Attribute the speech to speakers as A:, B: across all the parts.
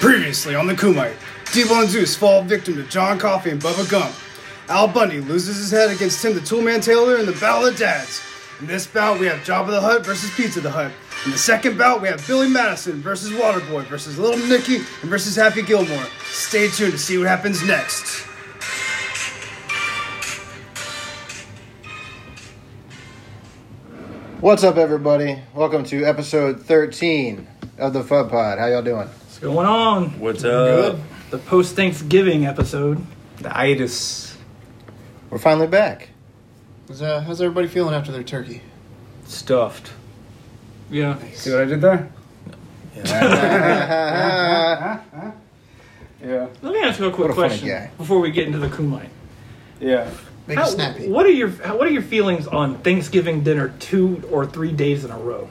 A: Previously on the Kumite, D1 Zeus fall victim to John Coffey and Bubba Gump. Al Bundy loses his head against Tim the Toolman Taylor in the Battle of Dads. In this bout, we have Jabba the Hutt versus Pizza the Hutt. In the second bout, we have Billy Madison versus Waterboy versus Little Nicky and versus Happy Gilmore. Stay tuned to see what happens next.
B: What's up, everybody? Welcome to episode 13 of the Fud Pod. How y'all doing?
C: What's going on?
D: What's up?
C: The post Thanksgiving episode.
D: The itis.
B: We're finally back.
E: How's, uh, how's everybody feeling after their turkey?
D: Stuffed.
C: Yeah.
A: See what I did there?
D: Yeah.
C: Let me ask you a quick
B: What a funny
C: question
B: guy.
C: before we get into the kumite.
D: Yeah.
E: Make
C: How-
E: it snappy.
C: What are your how, What are your feelings on Thanksgiving dinner two or three days in a row?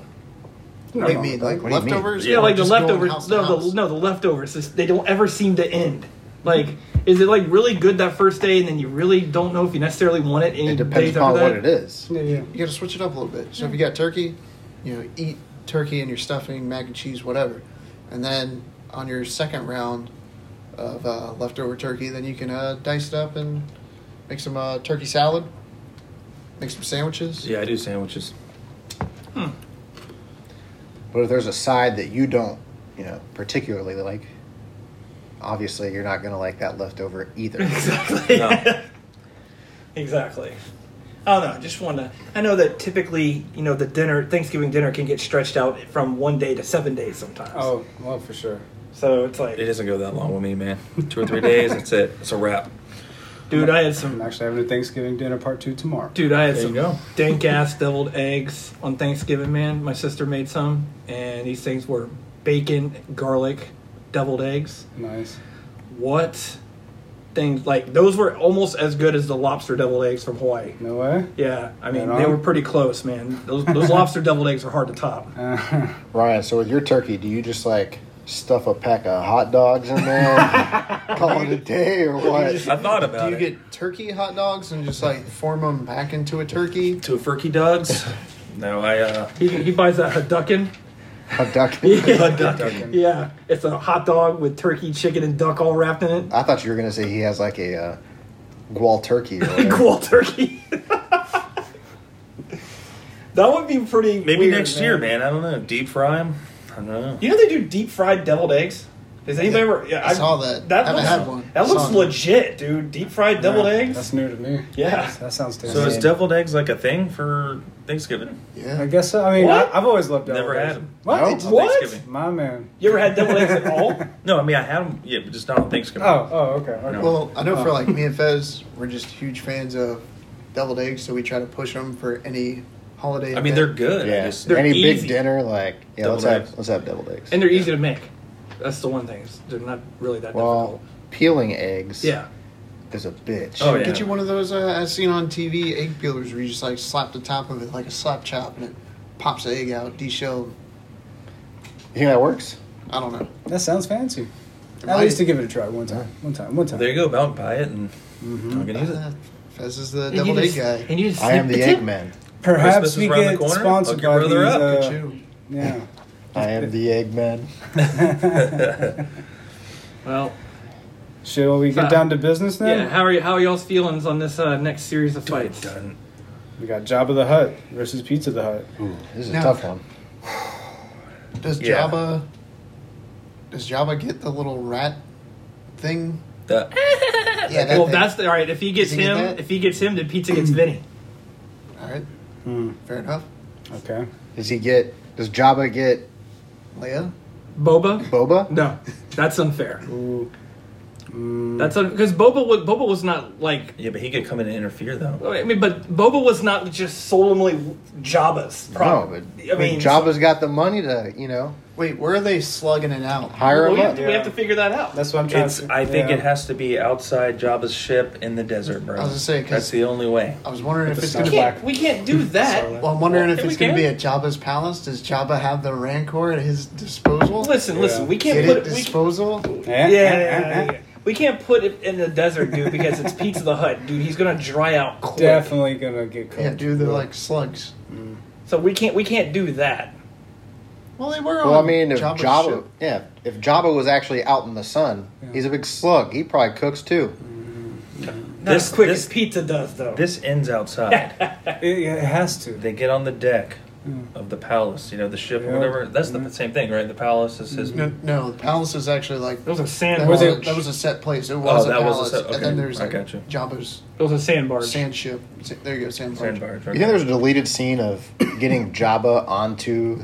E: What do you mean? Like
B: What do you mean?
E: leftovers?
C: Yeah,
E: or
C: like the
E: just going
C: leftovers.
E: house to
C: No,
E: house?
C: the, no, the leftovers. Just, they don't ever seem to end. Like, is it like really good that first day, and then you really don't know if you necessarily want it any
B: It depends
C: days
B: upon
C: after that?
B: what it is.
E: You gotta switch it up a little bit. So if you got turkey, you know, eat turkey and your stuffing, mac and cheese, whatever. And then on your second round of uh, leftover turkey, then you can uh, dice it up and make some uh, turkey salad, make some sandwiches.
D: Yeah, I do sandwiches.
B: But if there's a side that you don't, you know, particularly like, obviously you're not going to like that leftover either.
C: Exactly.
D: No.
C: exactly. I don't know. Just want to. I know that typically, you know, the dinner, Thanksgiving dinner, can get stretched out from one day to seven days sometimes.
A: Oh, well, for sure.
C: So it's like,
D: Oh. It doesn't go that long with me, man. Two or three days, that's it. It's a wrap.
C: dude, I had
A: I'm
C: some.
A: actually having a Thanksgiving dinner part two tomorrow.
C: Dude, I had
D: There you
C: some
D: go.
C: dank ass deviled eggs on Thanksgiving, man. My sister made some, and these things were bacon, garlic, deviled eggs.
A: Nice.
C: What things like those were almost as good as the lobster deviled eggs from Hawaii.
A: No way?
C: Yeah, I mean
A: Right
C: they
A: on.
C: were pretty close, man. Those, those lobster deviled eggs are hard to top.
D: Uh.
B: Ryan, so with your turkey, do you just like stuff a pack of hot dogs in there, and call it a day, or what?
D: I thought
E: Do
D: about
E: you
D: it.
E: get turkey hot dogs and just like form them back into a turkey?
D: Two Furky Dugs? no, I, uh.
C: He, he buys that Haducken.
B: A duck?
D: Duggin.
C: Yeah, it's a hot dog with turkey, chicken, and duck all wrapped in it.
B: I thought you were going to say he has like a uh, gual turkey or whatever.
C: Cool turkey. that would be pretty.
D: Maybe
C: weird,
D: next year, man. I don't know. Deep fry them? I don't know.
C: You know they do deep fried deviled eggs. Has anybody
E: Yeah,
C: ever? Yeah,
E: I saw that.
C: That
E: Haven't
C: looks,
E: had one.
C: That looks
E: Saw it.
C: legit, dude. Deep fried deviled
A: Yeah,
C: eggs.
A: That's new to me.
C: Yeah.
A: That sounds tasty.
D: So is deviled eggs like a thing for Thanksgiving?
A: I
E: Yeah.
A: guess so. I mean, I,
C: What?
A: I've always loved deviled
D: Never
A: eggs.
D: had 'em.
A: What?
B: No?
A: It's-
C: What?
D: Thanksgiving.
A: My man.
C: You ever had deviled eggs at all?
D: No, I mean, I had them, yeah, but just not on Thanksgiving.
A: Oh, oh, okay. okay.
E: Well, I know for like
D: Uh.
E: me and Fez, we're just huge fans of deviled eggs, so we try to push them for any holiday.
D: I mean,
E: event.
D: they're good. I
B: Yeah.
D: just- they're
B: Any
D: easy.
B: big dinner, like yeah,
D: Deviled
B: let's have
D: eggs.
B: let's have deviled eggs.
C: And they're easy to make. That's the one thing. is They're not really that
B: well, peeling eggs
C: difficult. Yeah.
B: is a bitch.
D: Oh, yeah.
E: Get you one of those uh, as seen on TV egg peelers where you just like slap the top of it like a slap chop and it pops the egg out, deshelled.
B: You think that works?
E: I don't know.
A: That sounds fancy. At
E: might-
A: least to give it a try one time. One time. One time.
D: There you go. About buy it and I'm going to use it.
E: Uh, Fez is the
C: And you
E: deviled egg
C: just-
E: guy.
C: And you just
B: I am the
C: sneak tip.
B: Eggman.
A: Perhaps
D: Christmas
A: we
D: is around the
A: get
D: corner.
A: sponsored
D: Hook
A: by
D: your
A: these.
D: brother up,
A: Uh,
E: Good chew.
A: yeah.
B: I am the Eggman.
C: Well,
A: Shall we get
C: So-
A: down to business now?
C: yeah. How are you? How are y'all's feelings on this uh, next series of fights?
D: Done.
A: We got Jabba the Hutt versus Pizza the Hutt.
B: Ooh, this is a
E: Now-
B: tough one.
E: Does
D: Yeah.
E: Jabba does Jabba get the little rat thing?
D: That-
E: Yeah,
C: well,
E: thing.
C: that's the, all right. If he gets
E: Does he get
C: him,
E: that?
C: if he gets him, then pizza gets Vinny.
E: all right.
A: Hmm.
E: Fair enough.
A: Okay.
B: Does he get? Does Jabba get
E: Leia,
C: Boba?
B: boba?
C: No, that's unfair.
A: Ooh.
C: That's because Boba was Boba was not like.
D: yeah, but he could come in and interfere, though.
C: I mean, but Boba was not just solemnly Jabba's.
B: No,
C: Problem.
B: but
C: I mean,
B: Jabba's got the money to you know
E: wait, where are they slugging it out?
B: hire
C: well,
B: him
C: we, have
B: up.
C: to, we have to figure that out.
A: That's what I'm trying
D: It's.
A: to
D: I think
A: yeah.
D: it has to be outside Jabba's ship in the desert, bro.
E: I was gonna say, 'cause-
D: that's the only way.
E: I was wondering if it's
A: sun.
E: gonna
C: we
E: be.
C: can't, we can't do that.
E: Well, I'm wondering
C: Well,
E: if
C: yeah,
E: it's
C: we
E: gonna
C: can.
E: be at Jabba's palace. Does Jabba have the Rancor at his disposal?
C: listen, listen. We
E: Get
C: can't
E: it
C: put. We, yeah,
E: disposal.
A: Eh, eh,
C: yeah, yeah,
A: eh, eh.
C: yeah. we can't put it in the desert, dude, because it's Pizza the Hut, dude. He's gonna dry out quick.
A: Definitely gonna get cooked.
E: Yeah, dude, they're like slugs.
C: So we can't. We can't do that.
E: Well, they were.
B: Well, I
E: on
B: mean, if Jabba,
E: Jabba's ship.
B: yeah, if Jabba was actually out in the sun, he's a big slug. He probably cooks too.
C: Not
D: This-
C: as quick
D: this-
C: as pizza does, though.
D: This ends outside.
A: It, yeah, it has to.
D: they get on the deck of the palace, you know, the ship
A: Yeah.
D: or whatever. That's the same thing, right? The palace is his.
E: No, no, the palace is actually like
C: That was a
E: that
C: sand. Was
E: was, a,
A: it-
E: that was a set place. It was a
D: that was a
E: palace,
D: set- okay,
E: and then there's
D: I
E: like
D: gotcha.
E: Jabba's
C: It was a sand barge.
E: sand ship. Sa- There you go, sand barge.
D: Sand barge,
B: You think
D: okay.
B: there's a deleted scene of getting Jabba onto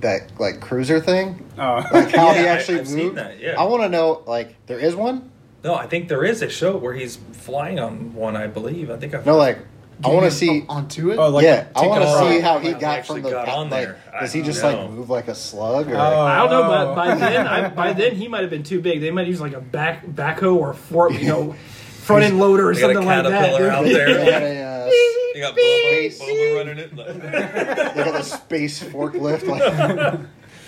B: that like cruiser thing?
A: Oh.
B: How
D: Yeah,
B: he
D: I-
B: actually
D: I've
B: moved?
D: seen that, yeah.
B: I want to know. Like, there is one?
D: No, I think there is a show where he's flying on one. I believe. I think I.
B: No, like, I
E: Do you
B: want to
E: get
B: see.
E: up onto it.
A: Oh, like-
B: yeah, I
A: take
B: want
A: a
B: to
A: ride.
B: see how he
D: How he
B: got
D: actually
B: from the.
D: got on
B: like,
D: there.
B: Does
D: I
B: he just
D: don't know.
B: like move like a slug? Or,
A: Oh.
C: I don't know, but by then, I, by then he might have been too big. They might use like a back backhoe or a fork, you know, front end loader or
D: They got a
C: something like that.
D: caterpillar out
C: dude.
D: there.
B: They got a, uh, s-
D: You got Boba,
B: Beep.
D: Boba running it.
B: they got a space forklift. Like,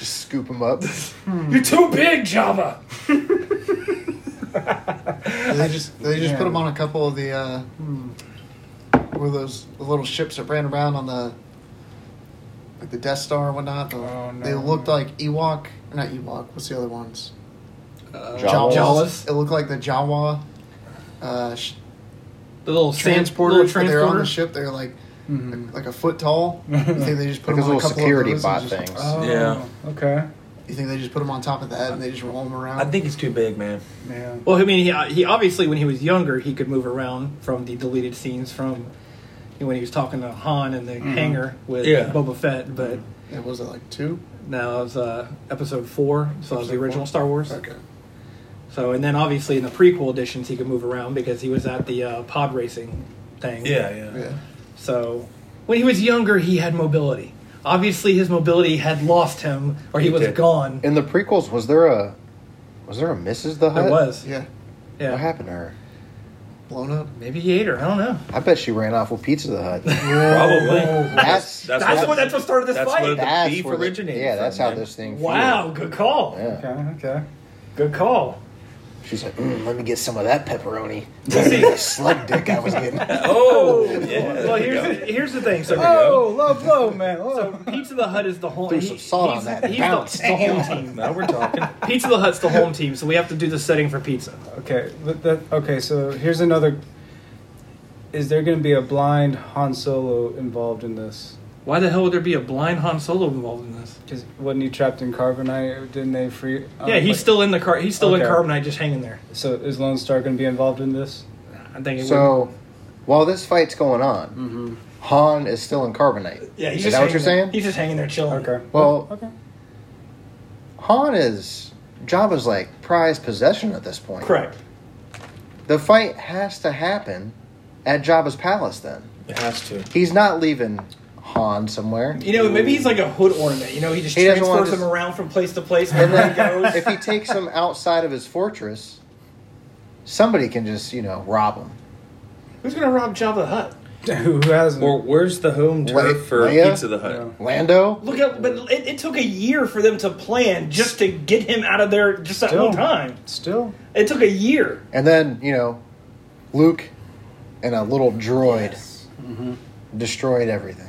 B: just scoop him up.
C: You're too big, Java.
E: they just they just put them on a couple of the uh, where those the little ships that ran around on the like the Death Star and whatnot. The-
A: Oh, no.
E: They looked like Ewok, or not Ewok. What's the other ones?
B: Jawas.
E: Jawas. It looked like the Jawa uh, sh-
C: The little
E: transporter.
C: little
E: but They're on the
C: transporter.
E: ship. They're like like a foot tall. You think they just put
B: Like those
E: them on
B: little
E: a couple
B: security
E: of those
B: bot
E: and just-
B: things.
A: Oh,
D: Yeah.
A: Okay.
E: You think they just put them on top of that and they just roll them around?
D: I think he's too big, man.
A: Yeah.
C: Well, I mean, he, he obviously when he was younger he could move around from the deleted scenes from when he was talking to Han in the hangar with
D: Yeah.
C: Boba Fett, but
E: it was it like two.
C: now it's uh, episode four, so it was the
E: Episode
C: original
E: four?
C: Star Wars.
E: Okay.
C: So and then obviously in the prequel editions he could move around because he was at the uh, pod racing thing.
D: Yeah, yeah.
E: Yeah.
C: So when he was younger, he had mobility. Obviously, his mobility had lost him, or he,
D: He
C: was
D: did.
C: gone.
B: In the prequels, was there a was there a Mrs. the Hutt?
C: There was,
E: Yeah.
C: yeah.
B: What happened to her?
E: Blown up.
C: Maybe he ate her. I don't know.
B: I bet she ran off with Pizza the Hut.
D: Probably.
B: That's
D: That's
C: That's
D: what-
C: what. That's what started this
D: Oh, that's
C: fight.
D: what-
B: that's
D: beef
B: where the-
D: originated
B: Yeah,
D: from,
B: that's how
D: man.
B: this thing.
C: wow. Good call.
B: fueled. Yeah.
A: Okay. Okay.
C: Good call.
B: She's like, mm, let me get some of that pepperoni.
C: see-
B: the slug dick I was getting.
D: Oh, yeah.
C: well,
D: there you
C: here's
D: go.
C: the, here's the thing. So,
A: Oh, low blow, man. Low.
C: Pizza the Hut is the whole.
B: Threw some salt on
C: he's-
B: that.
C: He's
B: Bounce.
C: the, the home team.
D: now we're talking.
C: Pizza the Hut's the home team, so we have to do the setting for pizza.
A: Okay, but that okay. So here's another. Is there going to be a blind Han Solo involved in this?
C: Why the hell would there be a blind Han Solo involved in this?
A: Because wasn't he trapped in carbonite? Didn't they free?
B: Oh,
A: um,
C: yeah, he's
A: like-
C: still in the car. He's still in
A: Okay.
C: carbonite, just hanging there.
A: So is Lone Star going to be involved in this?
C: I think. It would-
B: So while this fight's going on,
A: Mm-hmm.
B: Han is still in carbonite.
C: yeah, he's
B: is
C: just
B: that what you're
C: hanging there.
B: saying?
C: He's just hanging there chilling.
A: Okay.
B: Well-
A: okay.
B: Han is Jabba's like prized possession at this point.
C: Correct.
B: The fight has to happen at Jabba's palace. Then
D: It has to.
B: he's not leaving Han somewhere.
C: You know, maybe he's like a hood ornament. You know, he just
B: He doesn't
C: transports
B: wanna
C: him
B: just-
C: around from place to place
B: And
C: wherever he
B: then
C: goes.
B: if he takes him outside of his fortress, somebody can just, you know, rob him.
C: Who's gonna rob Jabba the Hutt?
A: Who hasn't?
D: Or where's the home turf
B: Wait,
D: for
B: Leia?
D: Pizza the Hut?
A: No.
B: Lando?
C: Look up, but it, it took a year for them to plan just to get him out of there. Just that
A: Still.
C: one time,
A: Still.
C: it took a year.
B: And then, you know, Luke and a little droid destroyed everything.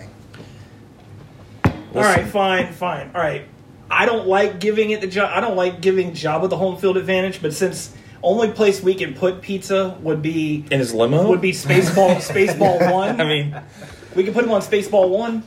C: All right, fine, fine. All right, I don't like giving it the job. I don't like giving Jabba the home field advantage, but since only place we can put pizza would be
D: In his limo?
C: would be Spaceball Spaceball One.
D: I mean,
C: we could put him on Spaceball One.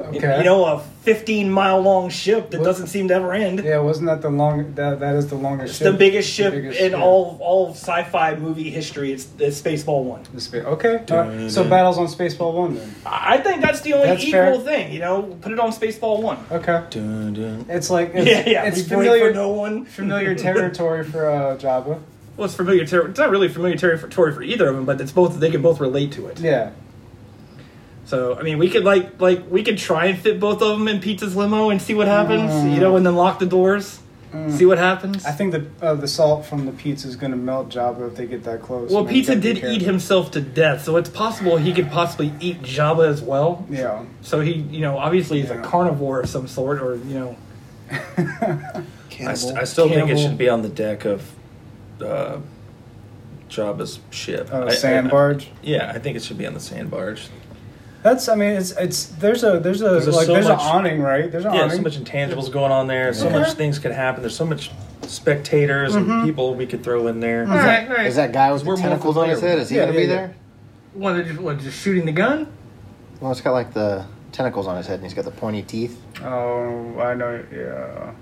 A: Okay.
C: You know, a 15 mile long ship that
A: What-
C: doesn't seem to ever end.
A: Yeah, wasn't that the long? That that is the longest
C: It's
A: ship.
C: the biggest ship
A: biggest
C: in
A: ship.
C: all all sci-fi movie history. It's, it's Spaceball One.
A: The spa- okay. all right. So battles on Spaceball one then.
C: I I think that's the only
A: That's
C: equal
A: fair.
C: thing. You know, put it on Spaceball One.
A: Okay.
D: dun, dun.
A: It's like it's,
C: yeah, yeah.
A: it's
C: we break
A: familiar
C: for no one.
A: familiar territory for uh, Jabba.
C: Well, it's familiar territory. It's not really familiar territory for either of them, but it's both. They can both relate to it.
A: Yeah.
C: So I mean, we could like like we could try and fit both of them in Pizza's limo and see what happens. You know, and then lock the doors, see what happens.
A: Mm. I think the uh, the salt from the pizza is going to melt Jabba if they get that close.
C: Well,
A: man. You
C: Pizza
A: gotta be
C: did eat
A: careful.
C: himself to death, so it's possible he could possibly eat Jabba as well.
A: Yeah.
C: So he, you know, obviously he's
A: Yeah.
C: a carnivore of some sort, or you know,
D: I,
E: Cannibal.
D: st- I still think
C: Cannibal.
D: it should be on the deck of uh, Jabba's ship.
A: Uh,
D: I-
A: sand barge.
D: I- yeah, I think it should be on the sand barge.
F: That's I mean it's it's there's a there's a
C: 'Cause there's
F: like
C: so
F: there's
C: much-
F: an awning right there's an
D: Yeah, so
F: awning
D: much intangibles going on there. So much things could happen. There's so much spectators and people we could throw in there.
C: All right, all right.
B: Is that guy with
D: We're
B: the
D: more
B: tentacles on his
D: familiar.
B: head? Is he
F: Yeah,
B: gonna
F: yeah,
B: be
F: yeah.
B: there?
C: What, they're just, what, just shooting the gun?
B: Well, it's got like the tentacles on his head, and he's got the pointy teeth.
F: oh I know yeah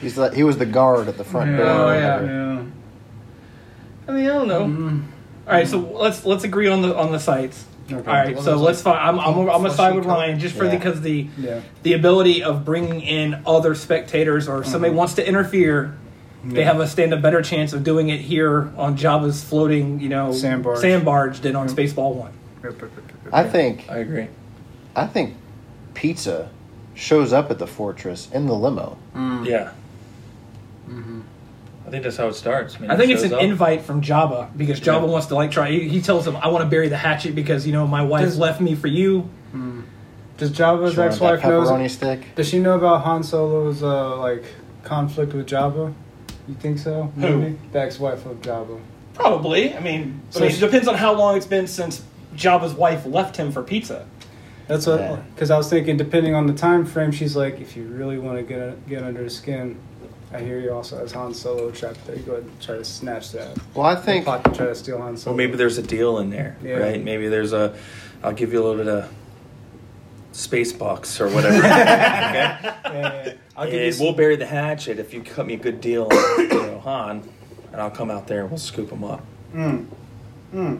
B: He's the, he was the guard at the front
F: yeah,
B: door.
C: Oh, yeah.
F: yeah.
C: I mean, I don't know.
B: Mm-hmm.
C: All right, so let's let's agree on the on the sites.
F: Okay.
C: All right, so let's find. I'm I'm, I'm gonna side with
E: Fleshy
C: Ryan just for
B: Yeah.
C: because the
F: Yeah.
C: the ability of bringing in other spectators or if
B: Mm-hmm.
C: somebody wants to interfere. They have a stand a better chance of doing it here on Java's floating, you know,
F: Sand barge.
C: sand barge than on
B: Mm-hmm.
C: Spaceball One.
F: Yep, yep, yep, yep,
B: I
F: yep.
B: think
D: I agree.
B: I think pizza shows up at the fortress in the limo.
D: Yeah. I think that's how it starts. man.
C: I
D: It
C: think it's
D: shows
C: an
D: up.
C: invite from Java because Java wants to like try. He, he tells him, "I want to bury the hatchet because you know my wife
F: Does-
C: left me for you."
F: does Jabba's
B: Showing that
F: ex-wife
B: pepperoni
F: knows
B: stick.
F: does she know about Han Solo's uh like conflict with Jabba you think so
C: Who?
F: Maybe? the ex-wife of Jabba
C: Probably. I mean,
F: So
C: I mean, it
F: she-
C: depends on how long it's been since Java's wife left him for pizza.
F: That's what,
B: Yeah.
F: because I was thinking, depending on the time frame, she's like, if you really want to get get under the skin, I hear you also as Han Solo trapped there. You go ahead and try to snatch that.
B: Well, I think
F: Plot to try to steal Han Solo.
D: Well, maybe there's a deal in there,
F: Yeah.
D: right? Maybe there's a. I'll give you a little bit of space box or whatever. okay?
F: Yeah, yeah, yeah. I'll give you
D: And
F: some-
D: we'll bury the hatchet if you cut me a good deal on you know, Han, and I'll come out there and we'll scoop him up.
F: Mm. Mm.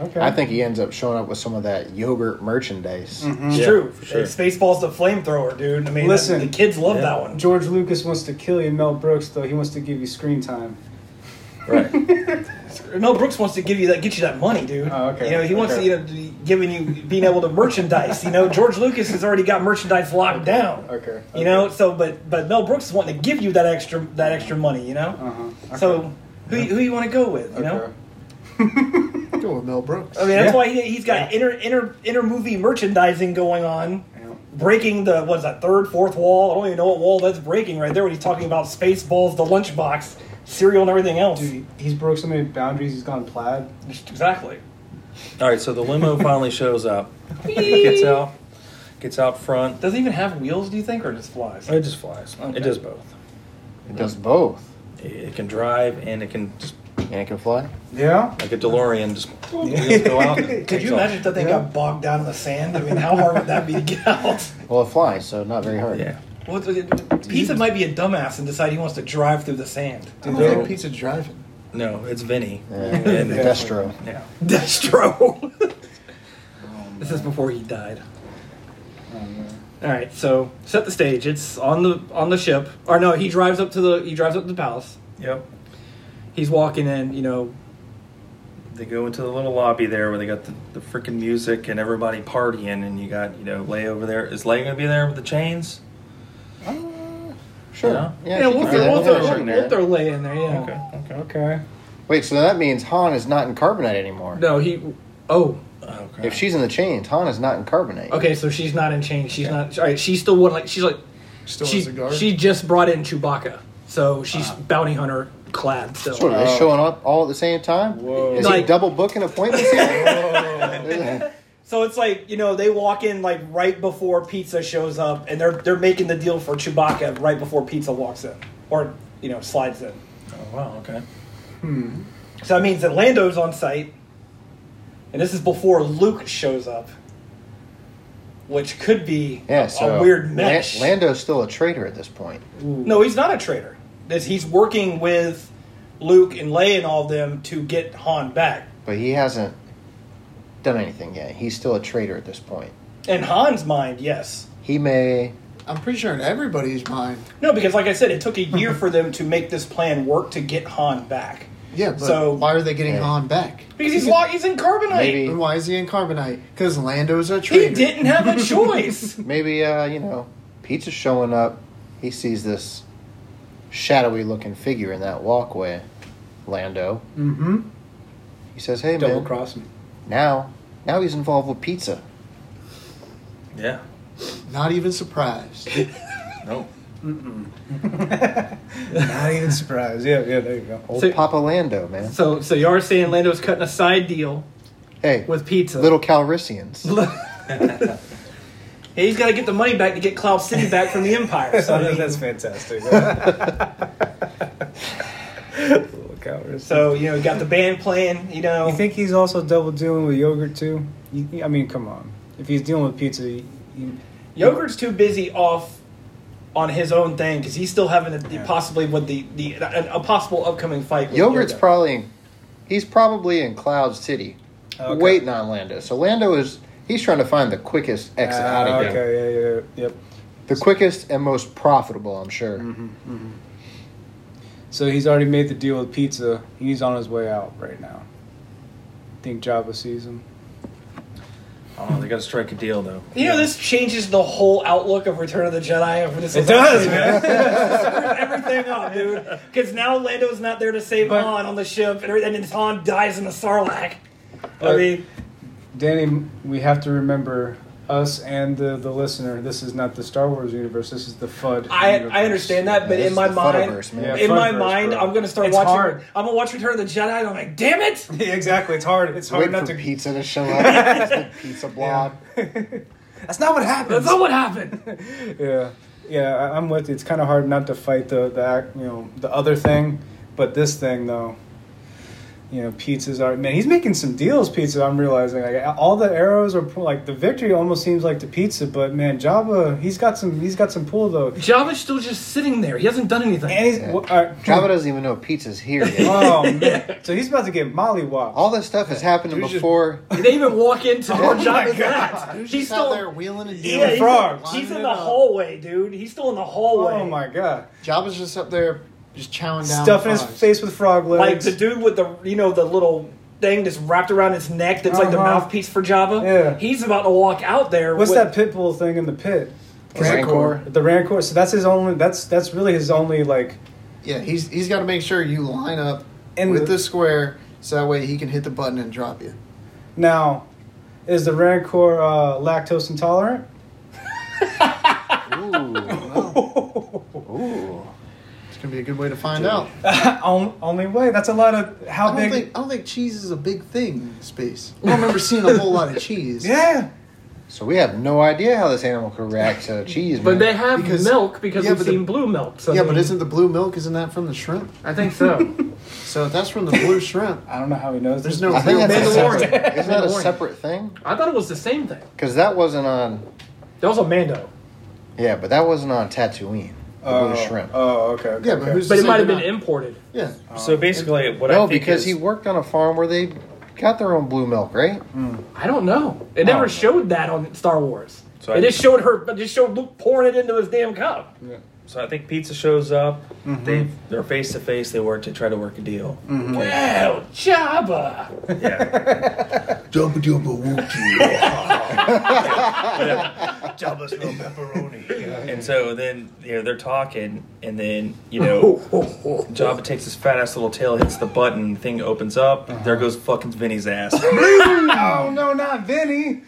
F: Okay.
B: I think he ends up showing up with some of that yogurt merchandise.
C: It's
D: Yeah,
C: true.
D: for sure.
C: Spaceball's the flamethrower, dude. I mean,
F: Listen.
C: the kids love
D: Yeah.
C: that one.
F: George Lucas wants to kill you, Mel Brooks though. He wants to give you screen time.
D: Right.
C: Mel Brooks wants to give you that, get you that money, dude.
F: Oh, okay.
C: You know, he wants to,
F: Okay.
C: you know, to- giving you being able to merchandise. You know, George Lucas has already got merchandise locked down.
F: Okay.
C: You know, so but but Mel Brooks is wanting to give you that extra that extra money. You know,
F: Uh
B: Uh-huh.
F: huh.
C: so who who you want to go with? You know.
E: Go with Mel Brooks.
C: I mean, that's
F: Yeah.
C: why he, he's got inner inner inner movie merchandising going on, breaking the what's that third fourth wall? I don't even know what wall that's breaking right there when he's talking about space balls, the lunchbox, cereal, and everything else.
F: Dude, he's broke so many boundaries. He's gone plaid.
C: Exactly.
D: All right. So the limo finally shows up. gets out. Gets out front.
C: Does it even have wheels? Do you think, or just flies?
D: It just flies.
C: Okay.
D: It does both.
B: It does both,
D: It, it can drive and it can just
B: and it can fly.
F: Yeah.
D: like a DeLorean. Just wheels go out. and
C: Could
D: takes
C: you
D: off.
C: imagine if that thing
F: Yeah.
C: got bogged down in the sand? I mean, how hard would that be to get out?
B: Well, it flies, so not very hard.
D: Yeah.
C: Well, Pizza might be a dumbass and decide he wants to drive through the sand.
E: I don't
D: No.
E: think pizza driving.
D: No, it's Vinny.
B: Yeah.
D: And-
B: Uh, Destro.
D: yeah.
C: Destro. this is before he died. All right, so set the stage. It's on the on the ship, or no? He drives up to the he drives up to the palace.
D: Yep.
C: He's walking in, you know.
D: They go into the little lobby there where they got the, the freaking music and everybody partying, and you got, you know, Lay over there. Is Lay going to be there with the chains?
B: Sure.
D: Yeah.
B: Yeah,
C: Yeah,
B: she
C: we'll
B: can do that.
C: throw,
B: Yeah,
C: we'll, throw,
B: she
C: we'll,
B: can do that.
C: throw Leia in there. Yeah.
D: Okay.
F: Okay.
B: Wait, so that means Han is not in carbonate anymore.
C: No, he. Oh,
D: Okay.
B: If she's in the chains, Han is not in carbonate.
C: okay. So she's not in chains. She's not. All right. She's still one. Like she's like.
E: Still
C: she
E: has a guard.
C: she just brought in Chewbacca, so she's bounty hunter clad. So
B: So are they showing up all at the same time?
F: Whoa.
B: Is
C: Oh. Like-
B: he double booking appointments here?
C: So it's like you know they walk in like right before pizza shows up, and they're they're making the deal for Chewbacca right before pizza walks in, or you know slides in.
D: Oh, wow. Okay.
C: So that means that Lando's on site, and this is before Luke shows up, which could be
B: yeah,
C: a,
B: so
C: a weird
B: Lan-
C: mesh.
B: Lando's still a traitor at this point.
C: no, he's not a traitor. This he's working with Luke and Leia and all of them to get Han back.
B: But he hasn't done anything yet. He's still a traitor at this point.
C: In Han's mind, yes.
B: He may.
E: I'm pretty sure in everybody's mind.
C: No, because like I said, it took a year for them to make this plan work to get Han back.
E: Yeah, but
C: So-
E: why are they getting
B: Yeah.
E: Han back?
C: Because he's locked, he's in carbonite.
B: Maybe.
E: And why is he in carbonite? Because Lando's a
C: He
E: traitor.
C: didn't have a choice.
B: Maybe, uh, you know, Pizza's showing up. He sees this shadowy looking figure in that walkway, Lando.
F: Mm-hmm.
B: He says, hey,
F: Double
B: man,
F: cross me.
B: now, now he's involved with Pizza.
D: Yeah.
E: Not even surprised.
D: No.
F: Not even surprised. Yeah, yeah. There you go.
B: Old
C: So-
B: Papa Lando, man.
C: So, so you are saying Lando's cutting a side deal
B: Hey,
C: with pizza?
B: little Calrissians.
C: Yeah, he's got to get the money back to get Cloud City back from the Empire. So, I mean,
F: that's fantastic. Look out, Riz.
C: so you know, got the band playing. You know,
F: you think he's also double dealing with yogurt too? You, I mean, come on. If he's dealing with pizza, you, you-
C: Yogurt's too busy off on his own thing because he's still having the, the
F: Yeah.
C: possibly with the the a, a possible upcoming fight. With
B: Yogurt's
C: Yoda.
B: probably in, he's probably in Cloud City,
F: Okay.
B: waiting on Lando. So Lando is he's trying to find the quickest exit out
F: Ah,
B: of here,
F: okay, yeah, yeah, yeah, yep.
B: the quickest and most profitable, I'm sure.
F: Mm-hmm. So he's already made the deal with pizza. He's on his way out right now. Think Jabba sees him.
D: Oh, they got to strike a deal though.
C: You know, this changes the whole outlook of Return of the Jedi. Over this
F: It does, man.
C: Screws everything up, dude. Because now Lando's not there to save
F: But-
C: Han on the ship, and, everything, and then Han dies in the Sarlacc. I
F: But-
C: mean,
F: Danny, we have to remember us and the, the listener. This is not the Star Wars universe. This is the FUD.
C: I
F: universe.
C: I understand that, but
B: This
C: in
B: is
C: my
B: the
C: mind,
B: Funniverse, man.
F: Yeah,
C: in my
F: Funverse,
C: mind,
F: bro.
C: I'm gonna start
F: It's
C: watching.
F: hard.
C: I'm gonna watch Return of the Jedi, and I'm like, damn it!
F: Yeah, exactly. It's hard. It's hard
B: Wait
F: not
B: for
F: to.
B: pizza to show up. It's the pizza blob.
F: That's not what
C: That's
F: happens.
C: not what happened.
F: yeah, yeah. I, I'm with you. It's kind of hard not to fight the the act, you know the other thing, but this thing though. You know, pizzas are man. He's making some deals. Pizza. I'm realizing like all the arrows are pull- like the victory almost seems like the pizza, but man, Java. He's got some. He's got some pull though.
C: Java's still just sitting there. He hasn't done anything.
F: And he's well, all right.
B: Java doesn't even know pizza's here yet.
F: Oh man! So he's about to get mollywopped.
B: All this stuff has happened
E: Dude, just-
B: before.
C: Did they even walk into where Java's
E: He
C: at?
E: was
C: She's
E: just
C: still
E: out there wheeling and
C: yeah,
E: dealing.
C: he's,
F: frog.
C: She's in
E: Lining
C: the
E: it up.
C: hallway, dude. He's still in the hallway.
F: Oh my god!
E: Jabba's just up there, just chowing down.
F: Stuffing his
E: frogs.
F: face with frog
C: Like
F: legs.
C: the dude with the you know the little thing that's wrapped around his neck that's like the
F: Uh-huh.
C: mouthpiece for Java.
F: Yeah.
C: He's about to walk out there.
F: What's
C: with-
F: that pit bull thing in the pit?
B: Rancor.
F: The Rancor. So that's his only. That's that's really his only like.
E: Yeah, he's he's got to make sure you line up
F: And
E: with
F: the-
E: the, square, so that way he can hit the button and drop you.
F: Now, is the Rancor uh, lactose intolerant?
E: It's gonna be a good way to find out.
F: On- only way. That's a lot of
E: I
F: how
E: don't
F: big.
E: think I don't think cheese is a big thing in space. I don't remember seeing a whole lot of cheese.
F: yeah.
B: So we have no idea how this animal could react to cheese.
G: But
B: man.
G: they have
E: Because-
G: milk because
E: yeah,
G: we've
E: but the-
G: seen blue milk. So
E: Yeah,
G: I
E: but
G: mean,
E: isn't the blue milk? Isn't that from the shrimp?
G: I think so.
E: So if that's from the blue shrimp,
F: I don't know how he knows.
E: there's
F: this.
E: no
B: I
E: real
B: think that's a
E: Mandalorian.
B: separate, isn't that a
G: Mandalorian.
B: separate thing?
G: I thought it was the same thing.
B: Because that wasn't on.
G: There was a Mando,
B: Yeah, but that wasn't on Tatooine. The
F: Oh,
B: blue shrimp.
F: Oh, okay. okay
E: Yeah, but
F: okay.
E: who's
G: but
E: to
G: it
E: say
G: might have
E: they're
G: been imported.
E: not- Yeah,
D: So basically, what I
B: no,
D: think
B: because
D: is,
B: he worked on a farm where they got their own blue milk, right?
G: I don't know. It never showed that on Star Wars.
D: So
G: it
D: I-
G: just showed her. It just showed Luke pouring it into his damn cup.
D: So I think Pizza shows up.
B: Mm-hmm.
D: They they're face to face. They work to try to work a deal.
G: Wow, Jabba!
D: Yeah.
E: Jumba Jumba
D: and so then you know they're talking, and then you know Jabba takes his fat ass little tail, hits the button, thing opens up.
B: Uh-huh.
D: There goes fucking Vinny's ass.
F: Oh no, not Vinny.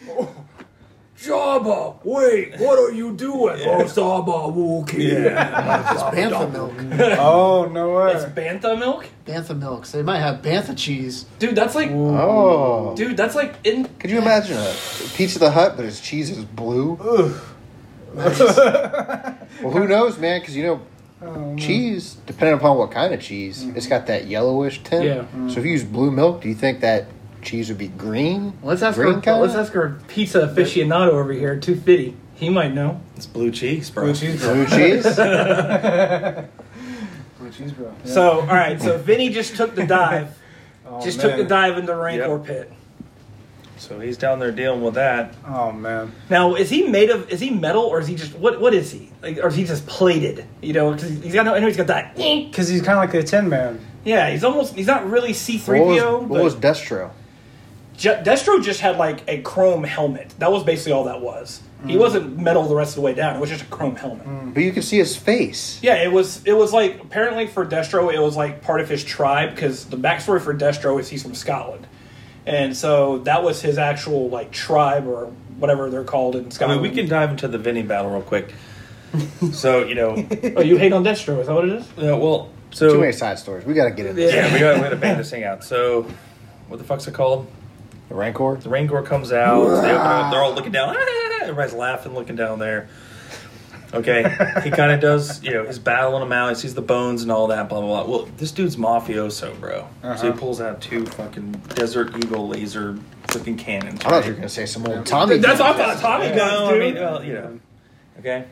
G: Jabba, wait, what are you doing? Oh, Jabba Wookiee.
E: Bantha milk.
F: Oh no way.
C: It's bantha milk,
E: Bantha milk. So they might have Bantha cheese.
C: dude. That's like,
B: Oh.
C: dude. That's like in.
B: Could you imagine a Pizza the Hut, but his cheese is blue? well, who knows, man? Because you know, cheese, depending upon what kind of cheese, it's got that yellowish tint.
G: Yeah.
B: So if you use blue milk, do you think that cheese would be green?
G: Let's ask
B: green
G: our
B: color?
G: let's ask our pizza aficionado over here, two fifty. He might know.
D: It's blue cheese, bro.
F: Blue cheese bro.
B: blue cheese.
F: Blue cheese bro. Yeah.
C: So all right, so Vinny just took the dive.
F: Oh,
C: just
F: man.
C: took the dive in the Rancor
D: Yep.
C: pit.
D: So he's down there dealing with that.
F: Oh man.
C: Now, is he made of? Is he metal or is he just what? What is he? Like, or is he just plated? You know, because he's got no. I know he's got that. ink.
F: Because he's kind of like the Tin Man.
C: Yeah, he's almost. He's not really C three
B: what, was,
C: PO.
B: what was Destro?
C: Je- Destro just had like a chrome helmet. That was basically all that was. He
B: Mm.
C: wasn't metal the rest of the way down. It was just a chrome helmet.
B: But you can see his face.
C: Yeah, it was. It was like apparently for Destro, it was like part of his tribe because the backstory for Destro is he's from Scotland, and so that was his actual like tribe or whatever they're called in
D: I
C: Scotland.
D: mean, we can dive into the Vinny battle real quick. so you know, you
C: Oh, you hate on Destro? Is that what it is?
D: know, well, so
B: Too many side stories. We got to get in.
G: Yeah.
D: Yeah, we gotta, we gotta bang this thing out. So, what the fuck's it called?
B: The Rancor?
D: The Rancor comes out. They open up. They're all looking down. Ah, Everybody's laughing, looking down there. Okay, he kind of does, you know, he's battling him out. He sees the bones and all that, blah blah blah. Well, this dude's mafioso, bro. So he pulls out two fucking Desert Eagle laser freaking cannons.
B: I thought
D: right?
B: you were gonna say some old Tommy.
C: That's
B: gun.
C: off on Tommy guns,
D: No, I
C: dude.
D: mean, uh, well, you know, okay.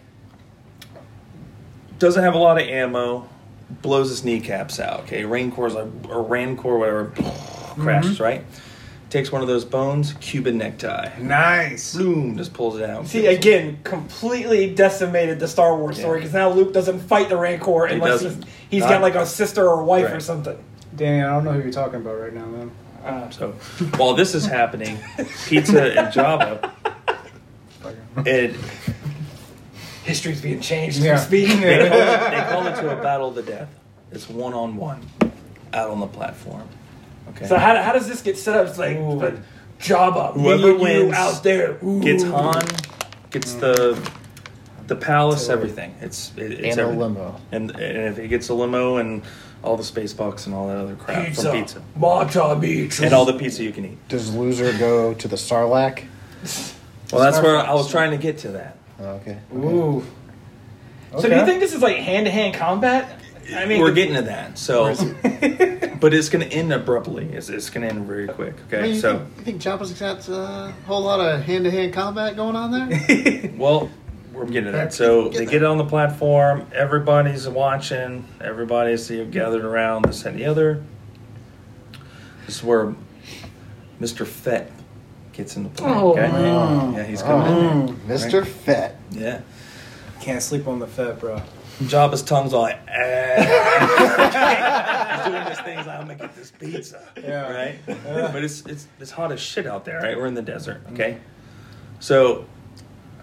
D: Doesn't have a lot of ammo. Blows his kneecaps out. Okay, Rancor's like or Rancor, whatever, crashes right. Takes one of those bones, Cuban necktie.
F: Nice.
D: Boom, just pulls it out.
C: See again, completely decimated the Star Wars story because now Luke doesn't fight the Rancor
D: He
C: unless
D: doesn't.
C: he's, he's
D: Not-
C: got like a sister or a wife or
D: Right.
C: something.
F: Danny, I don't know who you're talking about right now, man.
D: So while this is happening, Pizza and Java, and
C: History's being changed.
F: Yeah.
C: Yeah. Speak.
D: they call, it, they call it to a battle to death. It's one on one, out on the platform. Okay.
C: So how, how does this get set up? It's like
D: Ooh.
C: but Jabba, me
D: Whoever
C: and you
D: wins
C: out there ooh.
D: gets Han, gets the the palace, everything. It's it, it's
B: And a
D: everything.
B: limo.
D: and and if he gets a limo and all the space box and all that other crap
G: Pizza.
D: from pizza
G: Matcha beach.
D: and all the pizza you can eat.
B: Does loser go to the Sarlacc?
D: Well, that's where I was trying to get to that.
B: Oh, okay.
F: Ooh.
C: So do you think this is like hand to hand combat? I mean,
D: we're getting to that. So, but it's going to end abruptly. It's, it's going to end very quick. Okay.
E: I mean, you,
D: so,
E: think, you think Jabba's got uh, a whole lot of hand-to-hand combat going on there?
D: well, we're getting to that. So they get on the platform. Everybody's watching. Everybody's you know, gathered around this and the other. This is where Mr. Fett gets into play. okay? Yeah, he's coming
B: Oh.
D: in there.
B: Mr. Mm, Fett.
D: Yeah.
F: Can't sleep on the Fed, bro.
D: Jabba's tongue's all like, eh. he's doing his things. I'm gonna get this pizza,
F: Yeah. Mm-hmm.
D: right? But it's it's it's hot as shit out there, right? We're in the desert, okay? So,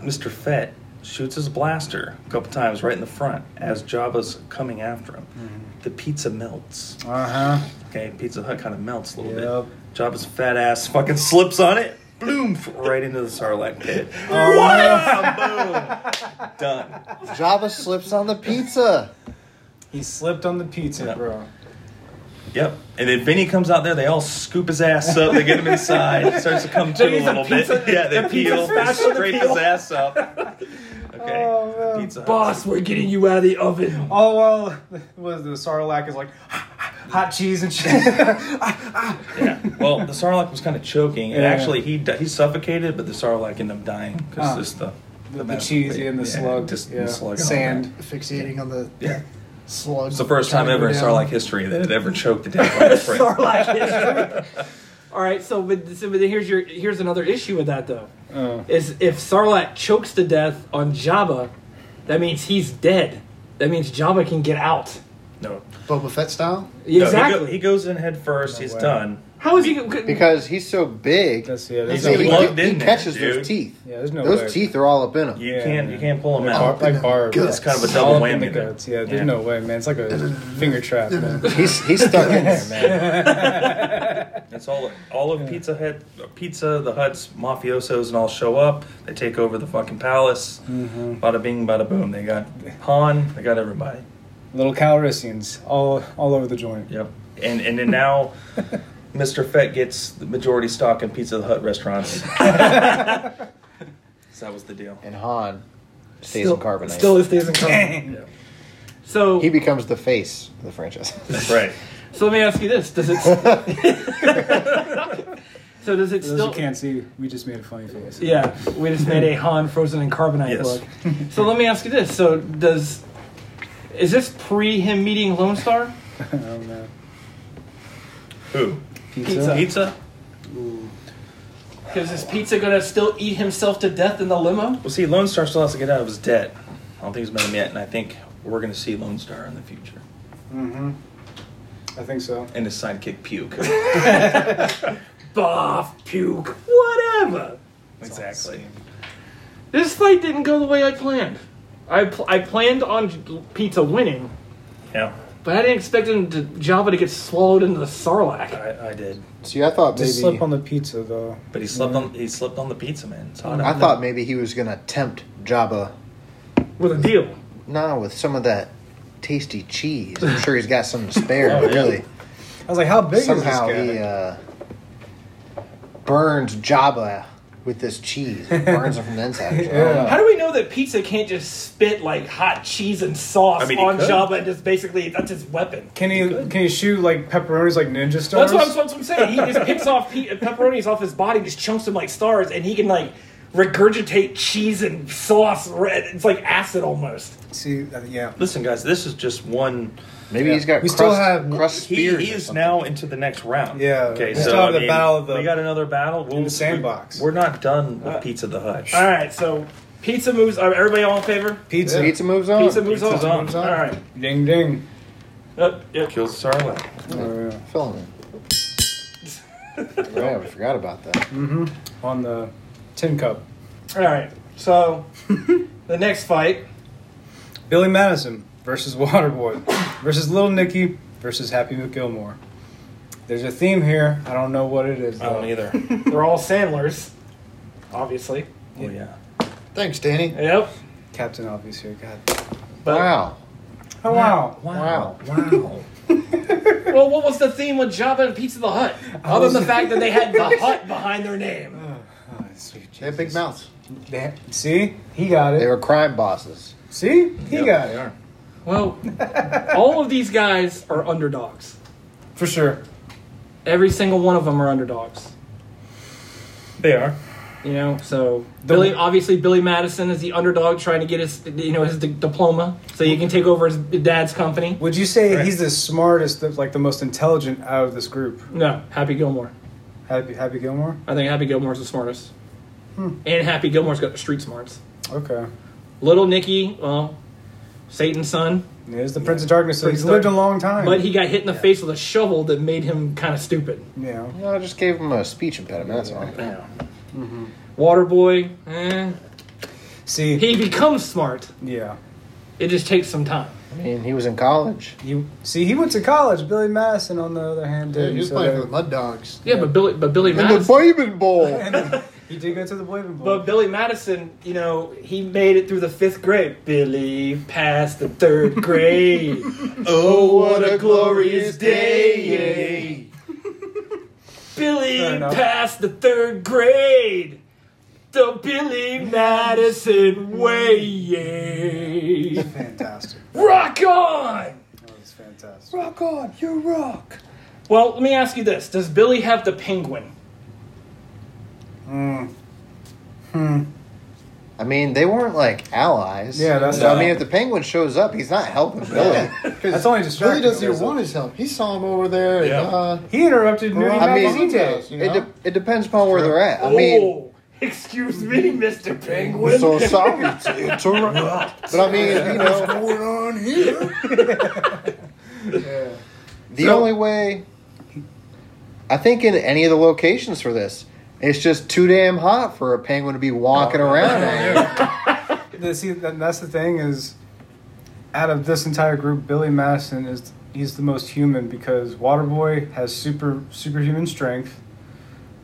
D: Mr. Fett shoots his blaster a couple times right in the front as Jabba's coming after him.
F: Mm-hmm.
D: The pizza melts.
F: Uh huh.
D: Okay, Pizza Hut kind of melts a little
F: Yep.
D: bit. Jabba's fat ass fucking slips on it. Bloom! Right into the Sarlacc pit.
F: Oh,
D: Wow, Boom! Done.
B: Java slips on the pizza.
F: He slipped on the pizza,
D: Yeah.
F: bro.
D: Yep. And then Vinny comes out there. They all scoop his ass up. They get him inside. It starts to come to
C: use
D: a little
C: a pizza-
D: bit. Yeah, they
C: the pizza
D: peel, they
C: spatula to
D: scrape
C: peel. Oh,
D: his ass up. Okay. pizza Hut.
G: boss. We're getting you out of the oven.
F: Oh well, was the Sarlacc is like hot cheese and shit.
D: Yeah. Well, the Sarlacc was kind of choking, and
F: Yeah.
D: actually he di- he suffocated, but the Sarlacc ended up dying because
F: Ah.
D: just the
F: the, the cheese and the slug,
D: just
F: yeah.
D: the slug, and all
F: sand.
E: Fixating on the
D: that. Yeah.
E: slug.
D: It's the first time ever in Sarlacc history that it ever choked a dead Sarlacc. friend.
C: All right, so but, so but here's your here's another issue with that though.
F: Uh.
C: Is if Sarlacc chokes to death on Jabba, that means he's dead. That means Jabba can get out.
D: No.
E: Boba Fett style.
D: No,
C: Exactly.
D: he, go- he goes in head first. he's
F: way.
D: done.
C: How is he? go- could-
B: Because he's so big.
F: That's yeah. That's
D: He's
B: he,
D: a
F: no,
B: he-
F: way.
D: plugged
B: he
D: in there,
B: catches
D: dude.
B: those teeth.
F: yeah, there's no
B: those
F: way.
B: teeth are all up in him.
D: You
F: Yeah,
D: can't you
F: man.
D: can't pull him
F: Bar-
D: out.
F: like barbs.
E: Good.
D: It's kind of a
F: All
D: double
F: up in the
D: whammy. there.
F: guts. Yeah, there's
D: Yeah.
F: no way, man. It's like a finger trap, man.
B: He's he's stuck in there, man.
D: It's all all of Pizza Hut, Pizza the Hut's mafiosos and all show up. They take over the fucking palace. Bada bing, bada boom. They got Han. They got everybody.
F: Little Calrissians all all over the joint.
D: Yep. And and then now, Mr. Fett gets the majority stock in Pizza the Hut restaurants. so that was the deal.
B: And Han stays
C: still,
B: in carbonite.
C: Still stays in carbonite.
D: Yeah.
C: So
B: he becomes the face of the franchise.
D: Right.
C: so let me ask you this: Does it? so does it
F: For those
C: still?
F: who can't see, we just made a funny face.
C: Yeah, we just made a Han frozen in carbonite
D: Yes.
C: look. So let me ask you this: So does is this pre him meeting Lone Star?
F: I don't know.
D: Who?
F: Pizza.
D: Pizza.
C: Because is Pizza gonna still eat himself to death in the limo?
D: Well, see, Lone Star still has to get out of his debt. I don't think he's met him yet, and I think we're gonna see Lone Star in the future.
F: Mm-hmm. I think so.
D: And his sidekick puke.
G: Boff puke.
C: Whatever.
D: exactly.
C: This fight didn't go the way I planned. I pl- I planned on J- Pizza winning,
D: Yeah,
C: but I didn't expect him to Java to get swallowed into the Sarlacc.
D: I, I did.
B: See, I thought
F: Just slip on
B: maybe
F: the pizza though.
D: But he slept on he slept on the pizza man. It's hot
F: Mm-hmm.
B: I
D: out.
B: thought maybe he was gonna tempt Jabba.
C: With a deal.
B: Nah, with some of that tasty cheese. I'm sure he's got some spare.
D: Oh, yeah.
B: Really.
F: I was like, how big
B: Somehow
F: is this guy?
B: he uh, burns Jabba with this cheese. It burns it from the inside. Oh,
C: How do we know that pizza can't just spit like hot cheese and sauce
D: I mean, it
C: on
D: could.
C: Jabba and just basically that's his weapon?
F: Can you can you shoot like pepperonis like ninja stars?
C: That's what, I'm, that's what I'm saying. He just picks off pe- pepperonis off his body, just chunks them like stars, and he can like regurgitate cheese and sauce. Red. It's like acid almost.
F: See, uh, yeah.
D: Listen, guys, this is just one.
B: Maybe he's got
F: We
B: crust,
F: still have-
B: crust
D: He,
B: spears
D: he
B: or
D: is
B: something.
D: now into the next round.
F: Yeah,
D: Okay.
F: we
D: so
F: still have
D: I
F: the
D: mean,
F: battle of the-
D: we got another battle. We'll,
F: the sandbox. Uh,
D: We, are not done with Pizza the Hut.
C: All right, so pizza moves. Are everybody all in favor?
F: Pizza.
B: Pizza moves on.
C: Pizza moves
D: Oh, Pizza's
C: on.
D: on.
C: All right.
F: Ding ding.
C: Yep, yep.
D: Kills the Sarlacc.
F: Oh, yeah.
B: Filling it. yeah, we forgot about that.
F: On the tin cup.
C: All right. So the next fight.
F: Billy Madison versus Waterboy versus Little Nicky versus Happy Gilmore. There's a theme here. I don't know what it is.
D: I don't
F: though.
D: either.
C: They're all Sandlers, obviously.
D: Oh yeah.
E: Thanks, Danny.
C: Yep.
F: Captain Obvious here. God.
C: But,
B: Wow.
F: Oh wow.
B: Wow.
D: Wow.
C: Well, what was the theme with Jabba and Pizza the Hut? Other than the fact that they had the Hut behind their name.
F: Oh, sweet
E: They have big mouths.
F: Jesus. They- See, he got
B: They
F: it.
B: were crime bosses.
F: See, he got it
G: Well, all of these guys are underdogs.
F: for sure.
G: Every single one of them are underdogs.
D: They are.
G: You know, so
F: The-
G: Billy obviously Billy Madison is the underdog trying to get his you know his di- diploma so he can take over his dad's company.
F: Would you say
D: Right.
F: he's the smartest, the- like the most intelligent out of this group?
G: No, Happy Gilmore.
F: Happy Happy Gilmore.
G: I think Happy Gilmore's the smartest, and Happy Gilmore's got the street smarts.
F: Okay.
G: Little Nicky, well, Satan's son,
F: He is the Prince of Darkness, so
G: Prince
F: he's
G: of
F: lived a
G: Dark-
F: long time.
G: but he got hit in the face with a shovel that made him kind of stupid.
F: yeah.
B: No, I just gave him a speech impediment. That's all.
G: Yeah. Waterboy, eh,
F: See,
G: he becomes smart.
F: yeah.
G: It just takes some time.
B: I mean, he was in college.
F: You see, he went to college. Billy Madison, on the other hand,
E: Dude,
F: did.
E: he was playing for the Mud Dogs.
G: Yeah, but Billy, but Billy
B: In the
G: Madison,
B: Baby Bowl.
F: He did go to the Boyden Bowl.
C: But Billy Madison, you know, he made it through the fifth grade. Billy passed the third grade.
D: Oh,
C: what a glorious day. Billy
F: Fair enough.
C: passed the third grade. The Billy Madison way.
F: fantastic.
C: Rock on!
F: That was fantastic.
D: Rock on, you rock.
C: Well, let me ask you this: Does Billy have the penguin?
B: I mean, they weren't like allies.
F: Yeah, that's-
B: so, I mean, if the penguin shows up, he's not helping Billy.
F: That's only
E: Billy
F: distracting.
E: doesn't even
F: isn't it?
E: want his help. He saw him over there.
D: Yeah.
E: And, uh,
F: He interrupted Nudie
E: I mean,
F: Magazine Day.
E: you know?
B: It, de- it depends upon where they're at. I mean,
C: oh, excuse me, Mister Penguin.
B: so sorry, it's, it's all right. But I mean, you know,
E: going on here?
B: the only way. I think in any of the locations for this, it's just too damn hot for a penguin to be walking around. out here.
F: The- See, that- that's the thing is, out of this entire group, Billy Madison is he's the most human because Waterboy has super superhuman strength.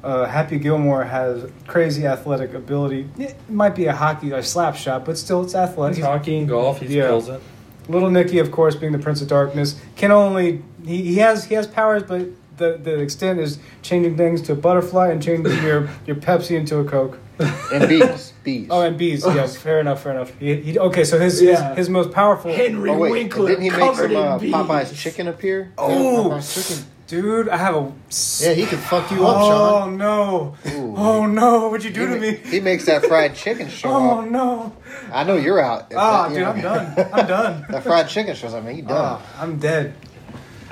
F: Uh, Happy Gilmore has crazy athletic ability. It might be a hockey or slap shot, but still, it's athletic. He's-
D: hockey and golf, he
F: Yeah.
D: kills it.
F: Little Nicky, of course, being the Prince of Darkness, can only he, he has he has powers, but the, the extent is changing things to a butterfly and changing your, your Pepsi into a Coke.
B: And bees, bees.
F: Oh, and bees. Yes, fair enough, fair enough. He, he, okay, so his,
C: Yeah.
F: his his most powerful
C: Henry
B: Oh, wait,
C: Winkler
B: didn't he make
C: covered
B: some uh,
C: in bees.
B: Popeye's chicken appear?
F: Oh,
E: Popeye's chicken.
F: dude, I have a.
E: Yeah, he could fuck you up,
F: oh
E: Sean.
F: no! Oh no! What'd you do to me?
B: He makes that fried chicken show
F: Oh
B: up.
F: no!
B: I know you're out. If that-
F: Ah, dude,
B: you know,
F: I'm done. I'm done.
B: That fried chicken shows up, man. You done?
F: Ah, I'm dead.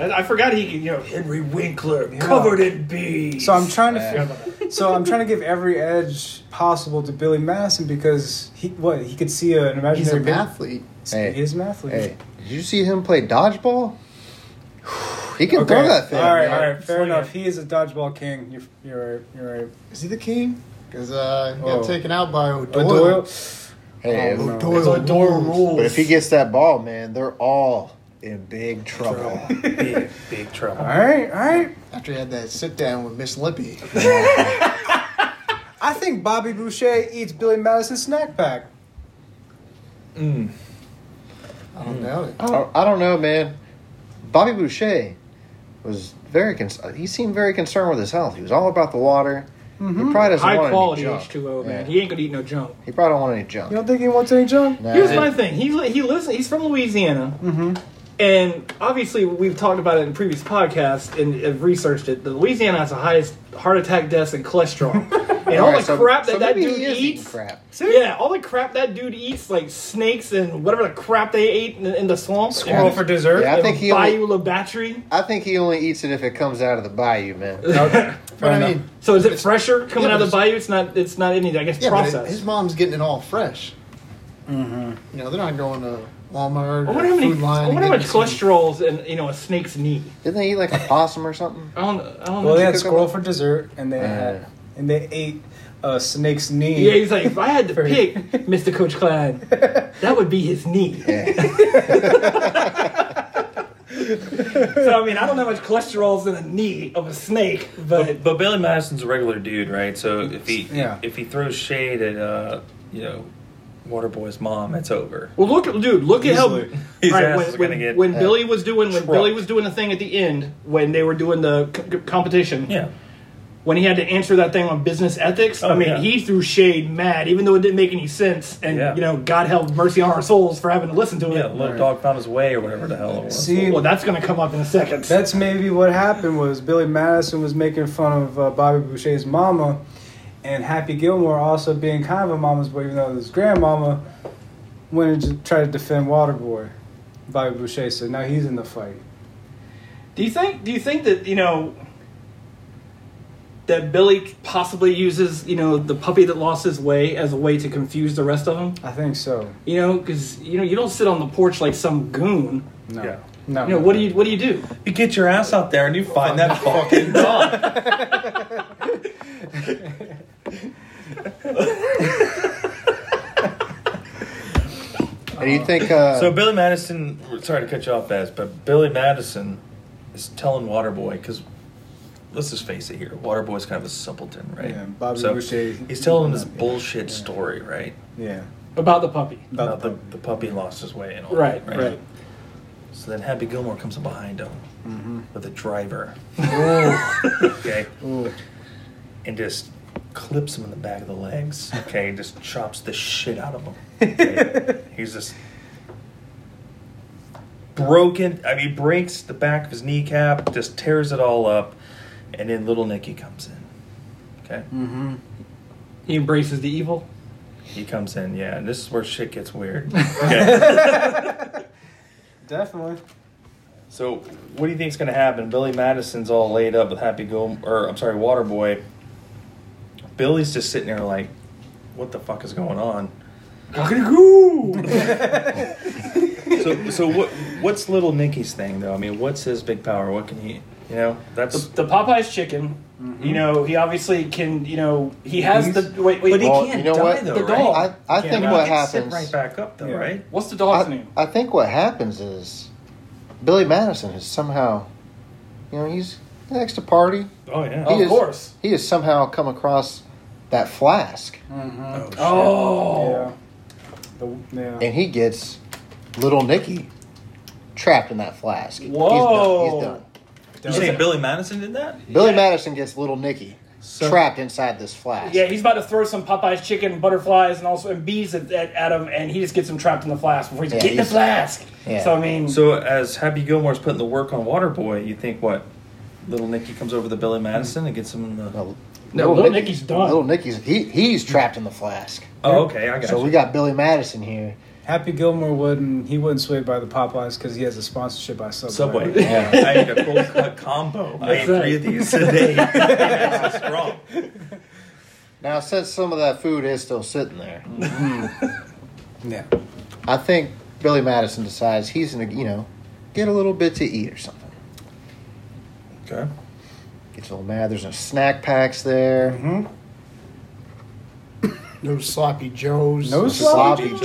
C: I I forgot he, you know, Henry Winkler covered in bees.
F: So I'm trying to. so I'm trying to give every edge possible to Billy Madison because he what he could see an imaginary.
E: He's an
F: pin-
E: athlete.
B: Hey.
F: He is an athlete.
B: Hey, did you see him play dodgeball? He can
F: Okay.
B: throw that thing.
F: all right,
B: man.
F: all right, fair enough. He is a dodgeball king. You're, you're right. You're right.
E: Is he the king? Because uh, he
F: Oh.
E: got taken out by O'Doyle.
F: Doyle.
B: Hey,
F: Oh,
B: if-
F: no.
E: Doyle rules.
B: but if he gets that ball, man, they're all in big trouble.
D: Big, big trouble.
F: All right, all right.
E: After he had that sit down with Miss Lippy.
F: I think Bobby Boucher eats Billy Madison's snack pack.
E: I don't doubt it.
B: I, don't, I don't know, man. Bobby Boucher was very. Con- he seemed very concerned with his health. He was all about the water.
F: Mm-hmm.
B: He probably doesn't
C: High
B: want
C: quality
B: any junk.
C: H2O, man.
B: Yeah.
C: He ain't gonna eat no junk.
B: He probably don't want any junk.
F: You don't think he wants any junk?
B: Nah.
C: Here's my thing. He li- he lives. He's from Louisiana,
B: Mm-hmm.
C: and obviously we've talked about it in previous podcasts and have researched it. The Louisiana has the highest heart attack deaths and cholesterol, and all,
B: Alright,
C: the
B: so-
C: crap that
B: so
C: that
B: maybe he
C: dude
B: is eating
C: eats.
B: Crap.
C: Yeah, all the crap that dude eats, like snakes and whatever the crap they ate in, in the swamp.
H: Well, for dessert,
B: Yeah, I think he
C: Bayou
B: only,
C: Labatry.
B: I think he only eats it if it comes out of the bayou, man.
E: But I mean,
C: So is it fresher coming
E: yeah,
C: out of the
E: but
C: bayou? It's not. It's not any. I guess
E: yeah, but it-
C: processed.
E: his mom's getting it all fresh. Mm-hmm. You know, they're not going to Walmart.
C: I
E: Or
C: wonder how many.
E: food line
C: I
E: and
C: wonder how
E: getting
C: much
E: some-
C: cholesterol's in you know a snake's knee.
B: Didn't they eat like a possum or something?
C: I don't. I don't
F: Well, they
C: know.
B: cook
F: had
B: 'em
F: squirrel
B: up?
F: for dessert, and they had and they ate a snake's knee.
C: Uh-huh. Yeah, he's like, if I had to pick Mr. Coach Klein, that would be his knee. so I mean, I don't know how much cholesterol's in a knee of a snake, but
D: But, but Billy Madison's a regular dude, right? So if he
F: Yeah.
D: if he throws shade at uh you know Waterboy's mom, it's over.
C: Well, look, at- dude, look at how.
F: Easily.
D: His
C: All
D: ass
C: when
D: is
C: when,
D: gonna get,
C: when
E: uh,
C: Billy was doing when
D: trucked.
C: Billy was doing the thing at the end when they were doing the c- c- competition.
D: Yeah,
C: When he had to answer that thing on business ethics, I
D: Oh,
C: mean,
D: yeah.
C: he threw shade mad, even though it didn't make any sense. And
D: Yeah.
C: you know, God help mercy on our souls for having to listen to it.
D: yeah. Little dog found his way or whatever the hell it was.
F: See,
C: Well, that's going to come up in a second.
F: That's maybe what happened was Billy Madison was making fun of uh, Bobby Boucher's mama, and Happy Gilmore also being kind of a mama's boy, even though his grandmama went and just tried to defend Waterboy. Bobby Boucher said, "Now he's in the fight."
C: Do you think? Do you think that you know that Billy possibly uses you know the puppy that lost his way as a way to confuse the rest of them?
F: I think so.
C: You know, because you know you don't sit on the porch like some goon.
F: No,
D: Yeah.
F: no.
C: You know what do you what do you do?
D: You get your ass out there and you find that fucking dog.
B: And
C: Uh-huh.
B: you think uh,
D: So Billy Madison, sorry to cut you off, Baz, but Billy Madison is telling Waterboy because let's just face it here, Waterboy's kind of a simpleton, right?
F: Yeah, Bobby
D: so
F: Boucher-
D: He's telling this
F: Yeah.
D: bullshit story, right?
F: Yeah,
C: About the puppy.
D: About the, the puppy lost his way and all
C: Right,
D: that,
C: right.
D: So then Happy Gilmore comes up behind him with a driver. okay. And just clips him in the back of the legs. Okay. And just chops the shit out of him. Okay? He's just broken. I mean, breaks the back of his kneecap, just tears it all up. And then little Nicky comes in. Okay.
C: He embraces the evil.
D: He comes in. Yeah. And this is where shit gets weird. Okay.
F: definitely.
D: So, what do you think's going to happen? Billy Madison's all laid up with Happy Go, or I'm sorry, Waterboy. Billy's just sitting there like, "What the fuck is going on?" so, so what? What's little Nicky's thing though? I mean, what's his big power? What can he? You know, that's.
C: The Popeye's chicken.
B: Mm-hmm.
C: You know, he obviously can. You know, he has the wait. wait
D: But he
B: Well,
D: can't
B: you know
D: die
B: what?
D: though,
C: The
D: right?
C: dog.
B: I, I
D: Can't
B: think
D: die.
B: what
D: He can sit right
B: happens
D: back up though,
F: Yeah.
D: right?
C: what's the dog's
B: I,
C: name?
B: I think what happens is Billy Madison is somehow you know, he's he likes to party.
D: Oh yeah.
B: He
C: Of
B: is-
C: course.
B: He has somehow come across that flask
D: Oh,
C: Oh.
F: Yeah. The, yeah.
B: and he gets little Nicky trapped in that flask. He's
C: Whoa.
B: done. He's done.
D: you saying Billy Madison did that?
B: Billy
C: Yeah.
B: Madison gets little Nicky trapped inside this flask.
C: Yeah, he's about to throw some Popeye's chicken, butterflies, and also and bees at, at, at him, and he just gets him trapped in the flask before he
B: Yeah,
C: gets get in the
B: he's-
C: flask.
B: yeah.
C: So I mean,
D: So as Happy Gilmore's putting the work on Waterboy, you think what? Little Nicky comes over to Billy Madison and gets him in the.
B: No,
C: No, Little Nicky's done.
B: Little Nicky's he he's trapped in the flask.
D: Oh, okay, I got
B: So
D: you.
B: we got Billy Madison here.
F: Happy Gilmore wouldn't he wouldn't sway by the Popeyes because he has a sponsorship by Subway.
D: Subway. I ate a cold cut combo. I ate
C: That's
D: three of these today. That's strong.
B: Now since some of that food is still sitting there,
F: Yeah.
B: I think Billy Madison decides he's gonna you know get a little bit to eat or something.
D: Okay.
B: Gets a little mad. There's no snack packs there.
C: Mm-hmm.
E: No sloppy joes.
F: No sloppy.
B: Sloppy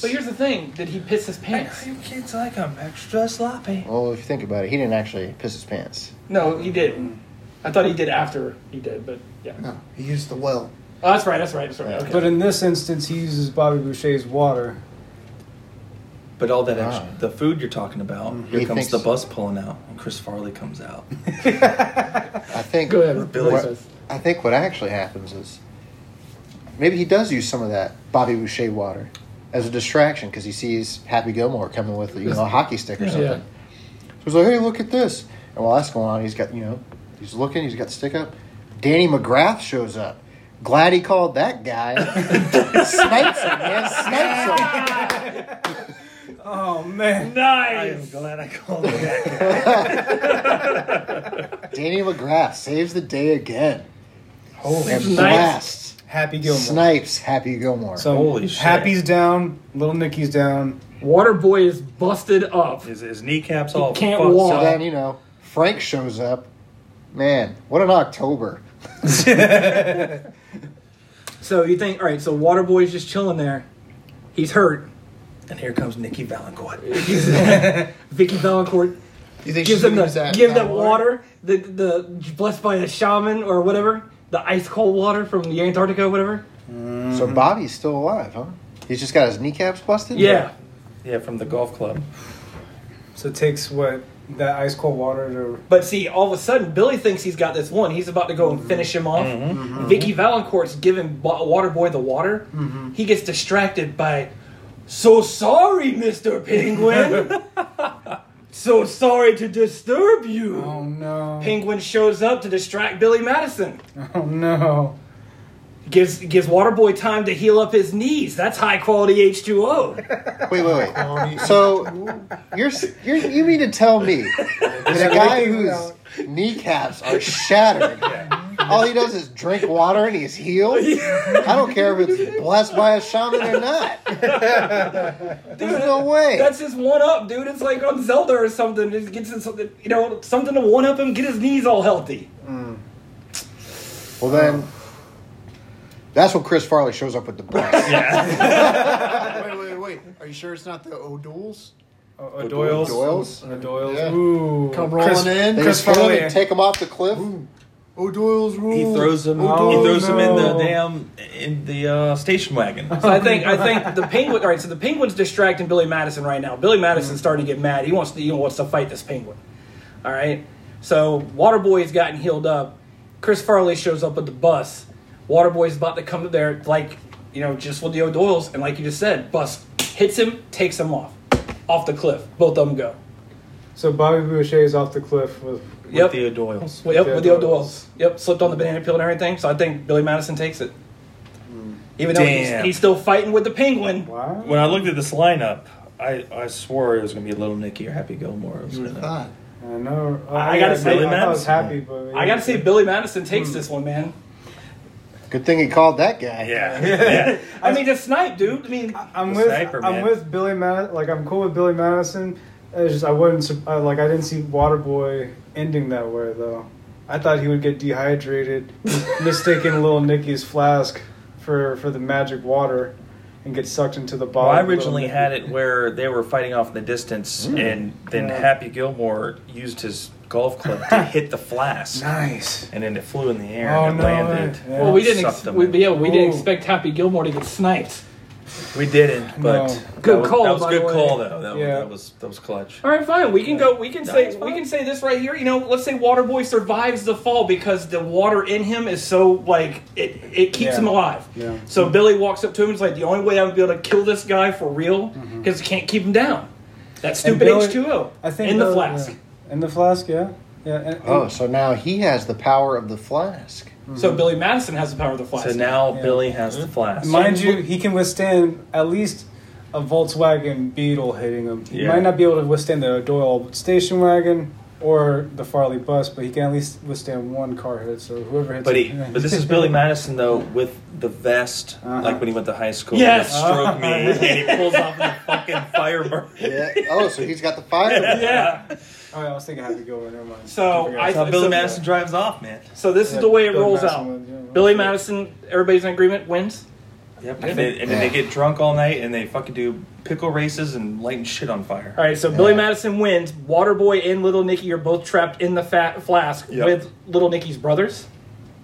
B: Joes.
C: but here's the thing: did he piss his pants?
D: kids like them extra sloppy.
B: Well, if you think about it, he didn't actually piss his pants.
C: No, he didn't.
B: Mm-hmm.
C: I thought he did after he did, but yeah.
E: No, he used the well.
C: Oh, that's right. That's right. That's right. Okay.
F: But in this instance, he uses Bobby Boucher's water.
D: But all that extra,
B: Ah.
D: the food you're talking about, here
B: He
D: comes
B: thinks-
D: the bus pulling out, and Chris Farley comes out.
B: I think
C: Go ahead.
D: Billy
B: What-
C: Billy says.
B: I think what actually happens is maybe he does use some of that Bobby Boucher water as a distraction because he sees Happy Gilmore coming with you know a hockey stick or something. So he's like, "Hey, look at this!" And while that's going on, he's got you know he's looking, he's got the stick up. Danny McGrath shows up. Glad he called that guy. snipes him, man, snipes him.
F: Oh man,
D: I'm
I: Nice.
D: glad I called it that.
B: Danny McGrath saves the day again. Holy and
I: Snipes.
B: blast
F: Happy Gilmore.
B: snipes Happy Gilmore.
F: So
D: Holy shit.
F: Happy's down, little Nicky's down.
C: Waterboy is busted up.
D: His, his kneecaps all
C: can't
D: fucked
C: walk.
D: up.
B: So then you know Frank shows up. Man, what an October!
C: So you think, all right, so Waterboy's just chilling there. He's hurt.
D: And here comes Nikki Valancourt.
C: Vicky Valancourt
E: You think
C: gives
E: she's
C: him
E: gonna
C: the
E: use that,
C: give that water, the the blessed by a shaman or whatever, the ice cold water from the Antarctica, or whatever.
B: So Bobby's still alive, huh? He's just got his kneecaps busted.
C: Yeah,
D: Yeah, from the golf club.
F: So it takes what that ice cold water to.
C: but see, all of a sudden Billy thinks he's got this one. He's about to go and finish him off. Vicky Valancourt's giving Bo- Waterboy the water. He gets distracted by, "So sorry, Mister Penguin. so sorry to disturb you."
F: Oh no!
C: Penguin shows up to distract Billy Madison.
F: Oh no!
C: Gives gives Waterboy time to heal up his knees. That's high quality H two O.
B: Wait, wait, wait. So you're, s- you're you mean to tell me that a guy whose kneecaps are shattered, all he does is drink water and he's healed? I don't care if it's blessed by a shaman or not. There's no way.
C: That's his one up, dude. It's like on Zelda or something. It gets him something, you know, something to one up him, get his knees all healthy.
B: Well, then, that's when Chris Farley shows up with the bus.
E: Wait, wait, wait. Are you sure it's not the O'Douls?
C: Oh,
F: O- O'Doyle's.
B: Doyle's?
F: O'Doyle's.
E: Yeah.
F: Ooh.
E: Come rolling in.
B: They
F: Chris
B: just kill him
F: Farley.
B: and take him off the cliff.
E: O'Doyle's rule.
D: He throws him.
F: Oh,
D: he throws him in
F: no.
D: the damn in the uh, station wagon.
C: So I think I think the penguin. All right, so the penguin's distracting Billy Madison right now. Billy Madison's starting to get mad. He wants to he wants to fight this penguin. All right. So Waterboy's gotten healed up. Chris Farley shows up with the bus. Waterboy's about to come there, like you know, just with the O'Doyle's, and like you just said, bus hits him, takes him off, off the cliff. Both of them go.
F: So Bobby Boucher is off the cliff with.
C: Yep.
D: With the Doyles.
C: Well, yep,
F: the
C: with the
F: O'Doyles.
C: O'Doyle's. Yep, slipped on the banana peel and everything. So I think Billy Madison takes it. Even though he's,
D: Damn.
C: he's still fighting with the penguin.
F: Wow.
D: When I looked at this lineup, I, I swore it was gonna be Little Nicky or Happy Gilmore. It was
E: Who would've
D: gonna-
E: thought?
F: I know. Oh,
C: I gotta
F: yeah,
C: say,
F: I, I
D: Matt-
F: was happy, but
C: I gotta say, Billy Madison takes
F: Hmm.
C: this one, man.
B: Good thing he called that guy.
D: Yeah, yeah.
C: I mean, just snipe, dude. I mean,
F: I'm
D: The
F: with
D: sniper,
F: I'm
D: man.
F: with Billy Mad like I'm cool with Billy Madison. It's just I wouldn't sur- uh, like I didn't see Waterboy ending that way though. I thought he would get dehydrated, mistaking little Nicky's flask for for the magic water, and get sucked into the
D: Well,
F: bottle.
D: I
F: of Little
D: originally
F: Nicky.
D: had it where they were fighting off in the distance, and then
F: Yeah.
D: Happy Gilmore used his golf club to hit the flask,
F: nice.
D: and then it flew in the air
F: Oh,
D: and it
F: no
D: landed.
F: way. Yeah.
C: well, we didn't.
D: Sucked
C: Ex-
D: him
C: we,
D: in.
C: yeah, we didn't
F: Ooh.
C: expect Happy Gilmore to get sniped.
D: We didn't, but
F: No.
D: that
C: Good
D: was-
C: call,
D: That was
C: by
D: good
C: the way.
D: call, though. That,
F: Yeah.
D: was, that was that was clutch.
C: All right, fine. We can go. We can say.
D: it's
C: We
D: fine.
C: can say this right here. You know, let's say Waterboy survives the fall because the water in him is so like it. It keeps
F: Yeah.
C: him alive.
F: Yeah.
C: So Billy walks up to him. and He's like, "The only way I'm gonna be able to kill this guy for real because I can't keep him down. That
F: Mm-hmm. And
C: stupid
F: Billy-
C: H2O
F: I think
C: in the
F: Billy-
C: flask."
F: yeah. In the flask, yeah, yeah. And,
B: Oh, so now he has the power of the flask.
F: Mm-hmm.
C: So Billy Madison has the power of the flask.
D: So now
F: Yeah.
D: Billy has the flask.
F: Mind you, he can withstand at least a Volkswagen Beetle hitting him. He
D: Yeah.
F: might not be able to withstand the Doyle station wagon or the Farley bus, but he can at least withstand one car hit. So whoever hits
D: But he,
F: him,
D: but this is Billy Madison though with the vest,
F: Uh-huh.
D: like when he went to high school.
C: Yes.
D: that stroke me, and he pulls off the fucking firebird.
B: Yeah. Oh, so he's got the fire.
C: yeah.
F: oh, yeah, I was thinking Happy Gilmore. Never mind.
C: So
F: forgot.
C: I-
D: That's how Billy
C: So-
D: Madison drives off, man.
C: So this
F: Yeah,
C: is the way it
F: Billy
C: rolls
F: Madison
C: out.
F: wins, yeah.
C: Billy Madison, everybody's in agreement, wins.
D: Yep. And, they, and then they get drunk all night and they fucking do pickle races and lighting shit on fire.
C: All right, so Billy Madison wins. Waterboy and Little Nicky are both trapped in the fat flask
D: Yep.
C: with Little Nicky's brothers.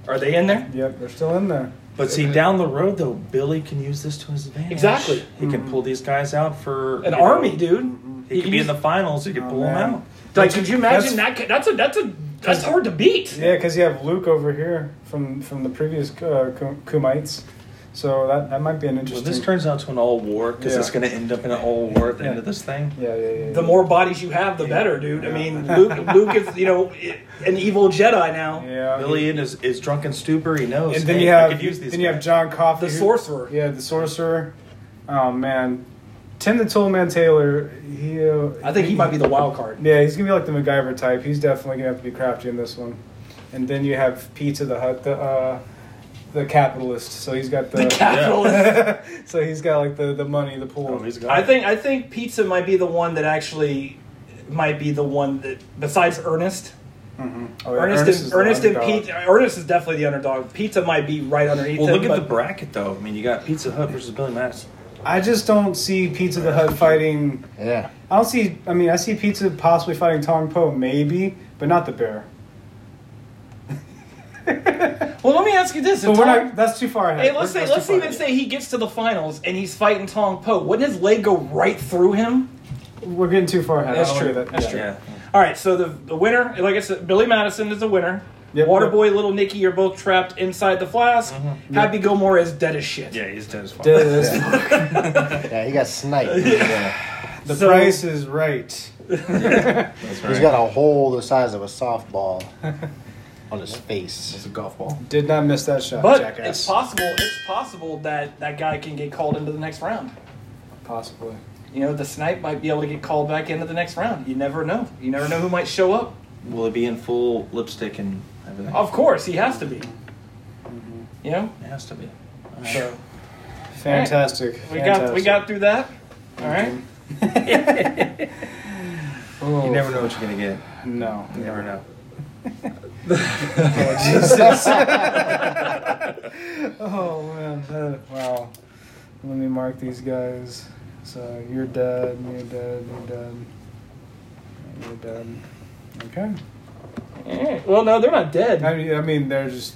C: Are they in there?
F: Yep, they're still in there.
D: But see, down the road though, Billy can use this to his advantage.
C: Exactly. Hmm.
D: He can pull these guys out for you
C: An
D: know,
C: army, dude. Mm-hmm.
D: He could be in the finals. He could
F: Oh,
D: pull them
F: man.
D: out.
C: Like, could you imagine
F: that's-
C: that? ca- That's a that's a That's hard to beat.
F: Yeah, because you have Luke over here from from the previous uh, Kum- Kumites, so that that might be an
D: Well,
F: interesting.
D: this turns out to an all war because
F: Yeah.
D: it's going to end up in an all war at the end of this thing.
F: yeah, yeah, yeah.
C: The more bodies you have, the better, dude. I mean, Luke, Luke is you know an evil Jedi now.
F: yeah.
D: Billion is, is drunk in stupor. He knows.
F: Uh, and then
D: hey,
F: you
D: I
F: have
D: could use these
F: then you have
D: guys.
F: John Coffey,
C: The sorcerer.
F: Yeah, the sorcerer. Oh man, Tim the Toolman Taylor. He, uh,
C: I think he might be the wild card.
F: Yeah, he's gonna be like the MacGyver type. He's definitely gonna have to be crafty in this one. And then you have Pizza the Hut, the uh, the capitalist. So he's got the,
C: The capitalist.
F: so he's got like the, the money, the pool.
D: Oh, he's gone.
C: I think I think pizza might be the one that actually might be the one that besides Ernest.
F: Oh, yeah,
C: Ernest,
F: is
C: and
F: the
C: Ernest and
F: underdog.
C: Pete Ernest is definitely the underdog. Pizza might be right underneath
D: Well,
C: him,
D: look at the
C: but
D: bracket though. I mean, you got Pizza Hut versus Billy Madison.
F: I just don't see Pizza the Hut fighting.
B: Yeah.
F: I don't see. I mean, I see Pizza possibly fighting Tong Po, maybe, but not the bear.
C: Well, let me ask you this.
F: But
C: if
F: we're
C: Tom-
F: not. That's too far ahead.
C: Hey, let's say
F: That's
C: let's
F: too far
C: even
F: ahead.
C: say he gets to the finals and he's fighting Tong Po. Wouldn't his leg go right through him?
F: we're getting too far ahead. I
C: That's
F: don't wanna
C: true.
F: do
C: That's
F: yeah.
C: true.
D: Yeah.
C: All right, so the, the winner, like I said, Billy Madison is the winner.
F: Yep, Mm-hmm.
C: Waterboy, Little Nicky are both trapped inside the flask. Happy Gilmore is dead as shit.
D: Yeah, he's dead as fuck.
F: Dead as-
B: Yeah, he got sniped.
F: The
C: So-
F: price is right.
D: That's
B: He's
D: right.
B: got a hole the size of a softball on his face.
D: It's a golf ball.
F: Did not miss that shot,
C: But
F: jackass.
C: it's possible. It's possible that that guy can get called into the next round.
F: Possibly.
C: You know, the snipe might be able to get called back into the next round. You never know. You never know who might show up.
D: Will it be in full lipstick and everything?
C: Of course, he has to be. You know,
D: It has to be.
C: so
F: Fantastic.
C: we got we got through that. All right.
F: Oh,
D: You never know what you're gonna get.
F: No.
D: You never know.
F: Mm-hmm. Oh man. uh, wow. Let me mark these guys. So you're dead. You're dead. You're dead. You're dead. Okay.
C: All right. Well, no, they're not dead.
F: I mean, I mean, they're just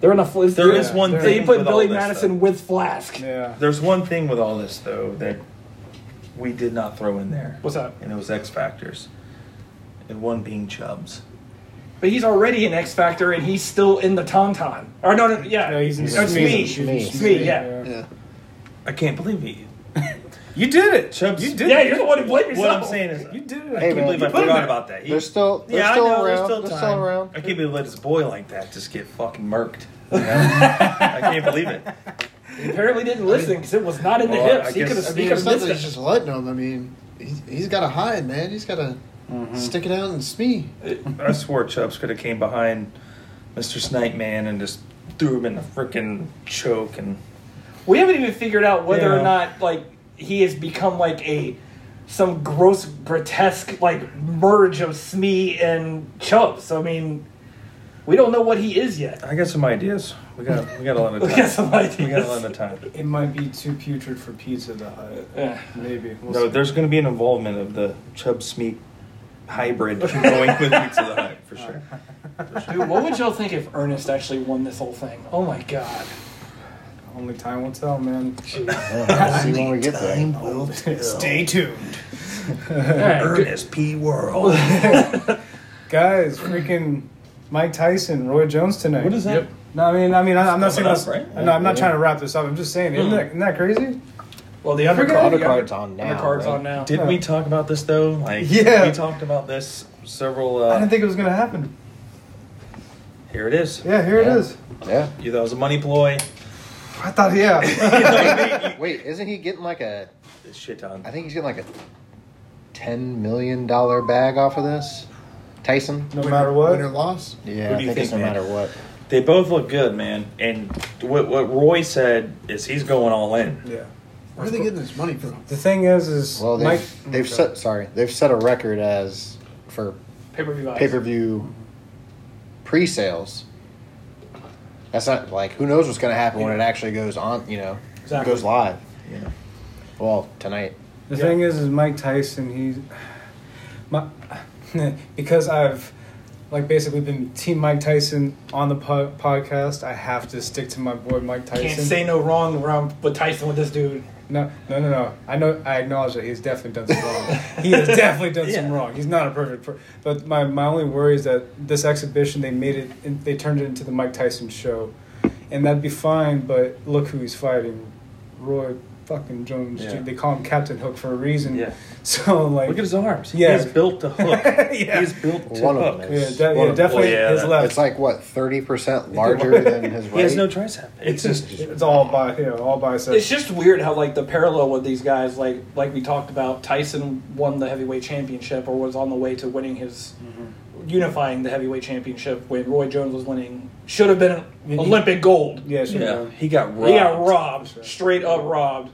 C: They're in a fl-
D: There
F: is one
C: So you
D: thing
C: put
D: with all
C: Billy
D: this,
C: Madison
D: though.
C: with Flask.
F: yeah.
D: There's one thing with all this though that we did not throw in there,
C: What's up?
D: and it was X factors, and one being Chubbs.
C: But he's already an X Factor, and he's still in the Tauntaun. Or no, no, yeah,
F: No, he's in
C: No, it's
F: Smee.
C: me.
B: He's in Smee.
C: Smee, yeah.
E: Yeah.
D: I can't believe he.
F: You did it,
D: Chubbs.
F: You did
C: Yeah,
F: it.
C: you're the one who blamed yourself.
D: What I'm saying is,
F: You
D: I
F: did it.
B: Hey,
D: can't
B: man.
D: believe I
B: You put him
D: forgot
B: there.
D: about that. He-
B: They're still, they're
D: yeah,
B: still
D: I
B: around.
D: know, There's still
B: they're
D: time.
B: still around.
D: I can't believe let this boy like that just get fucking murked. you know? I can't believe it.
C: He apparently didn't listen because it was not in the
D: Well, Oh, I
C: hips. He
D: guess-
C: could have
E: I
C: he
E: mean,
C: could
E: it's
C: have
E: not
C: missed
E: that he's
C: it.
E: just letting him. I mean, he's, he's got to hide, man. He's got to stick it out and smee.
D: I swore Chubbs could have came behind Mr. Snipe Man and just threw him in the freaking choke and
C: We haven't even figured out whether or
F: Yeah.
C: not like he has become like a some gross, grotesque like merge of Smee and Chubbs. I mean, we don't know what he is yet.
D: I got some ideas. We got we got a lot of
C: We
D: time.
C: got some
D: We got a
C: ideas.
D: lot of time.
F: It might be too putrid for pizza to hide.
C: Yeah.
F: Maybe. We'll
D: No,
F: see.
D: there's going to be an involvement of the Chubb Smeek hybrid going with Pizza the Hut for sure.
C: Dude, what would y'all think if Ernest actually won this whole thing? Oh my god.
F: Only time will tell, man.
B: Yeah, we'll see when we get there.
F: Stay tuned.
C: All right.
D: Ernest P. World.
F: Guys, freaking Mike Tyson, Roy Jones tonight.
D: What is that?
F: No, I mean, I mean, I, I'm not saying
D: Coming up,
F: that's
D: right?
F: No, I'm not trying to wrap this up. I'm just saying, isn't, that, isn't that crazy?
C: Well, the
B: The
C: undercard.
B: undercard's on now.
C: Undercard's
B: right?
C: on now.
D: Didn't we talk about this though? Like
F: Yeah.
D: we talked about this several.
F: I
D: Uh,
F: didn't think it was gonna happen.
D: here it is.
F: Yeah, here
B: Yeah.
F: it is.
B: Yeah.
D: You thought it was a money ploy.
F: I thought, yeah,
B: Wait, isn't he getting like a?
D: It's shit on.
B: I think he's getting like a ten million dollar bag off of this. Tyson.
F: no matter what.
E: Win or loss.
B: Yeah,
D: Who
B: I
D: do you
B: think, it's no
D: think, man?
B: matter what.
D: They both look good, man. And what, what Roy said is he's going all in.
F: Yeah.
E: Where are they getting this money from?
F: The thing is, is
B: Well, they've
F: Mike.
B: they've set sorry they've set a record as for
C: Pay per view.
B: pay per view pre sales. That's not like who knows what's going to happen when it actually goes on. You know,
C: Exactly.
B: goes live.
D: Yeah.
B: Well, tonight.
F: The thing is, is Mike Tyson. He's my because I've like basically been Team Mike Tyson on the po- podcast. I have to stick to my boy Mike Tyson.
C: Can't say no wrong around with Tyson with this dude.
F: No, no, no, no. I know. I acknowledge that he's definitely done some wrong. he has definitely done some wrong. He's not a perfect. Per- but my, my only worry is that this exhibition they made it. in- They turned it into the Mike Tyson show, and that'd be fine. But look who he's fighting, Roy fucking Jones.
D: Yeah.
F: Jr. They call him Captain Hook for a reason.
D: Yeah.
F: So like,
D: Look at his arms.
F: Yeah.
D: Yeah. He's built to hook.
F: Yeah.
D: He's built to
B: One of
D: hook.
B: them
F: yeah,
B: is.
F: de-
B: one
F: yeah
B: of them-
F: definitely
D: Well, yeah,
F: his
D: that-
F: left.
B: It's like what thirty percent larger than his right.
D: Uh, He has no tricep. It's just
F: it's all by you know, all by
C: It's
F: itself.
C: just weird how like the parallel with these guys, like like we talked about, Tyson won the heavyweight championship or was on the way to winning his
F: Mm-hmm.
C: unifying the heavyweight championship when Roy Jones was winning should have been
F: Yeah, he-
C: Olympic gold.
F: Yeah, sure.
D: yeah. He got robbed.
C: He got robbed, straight up robbed.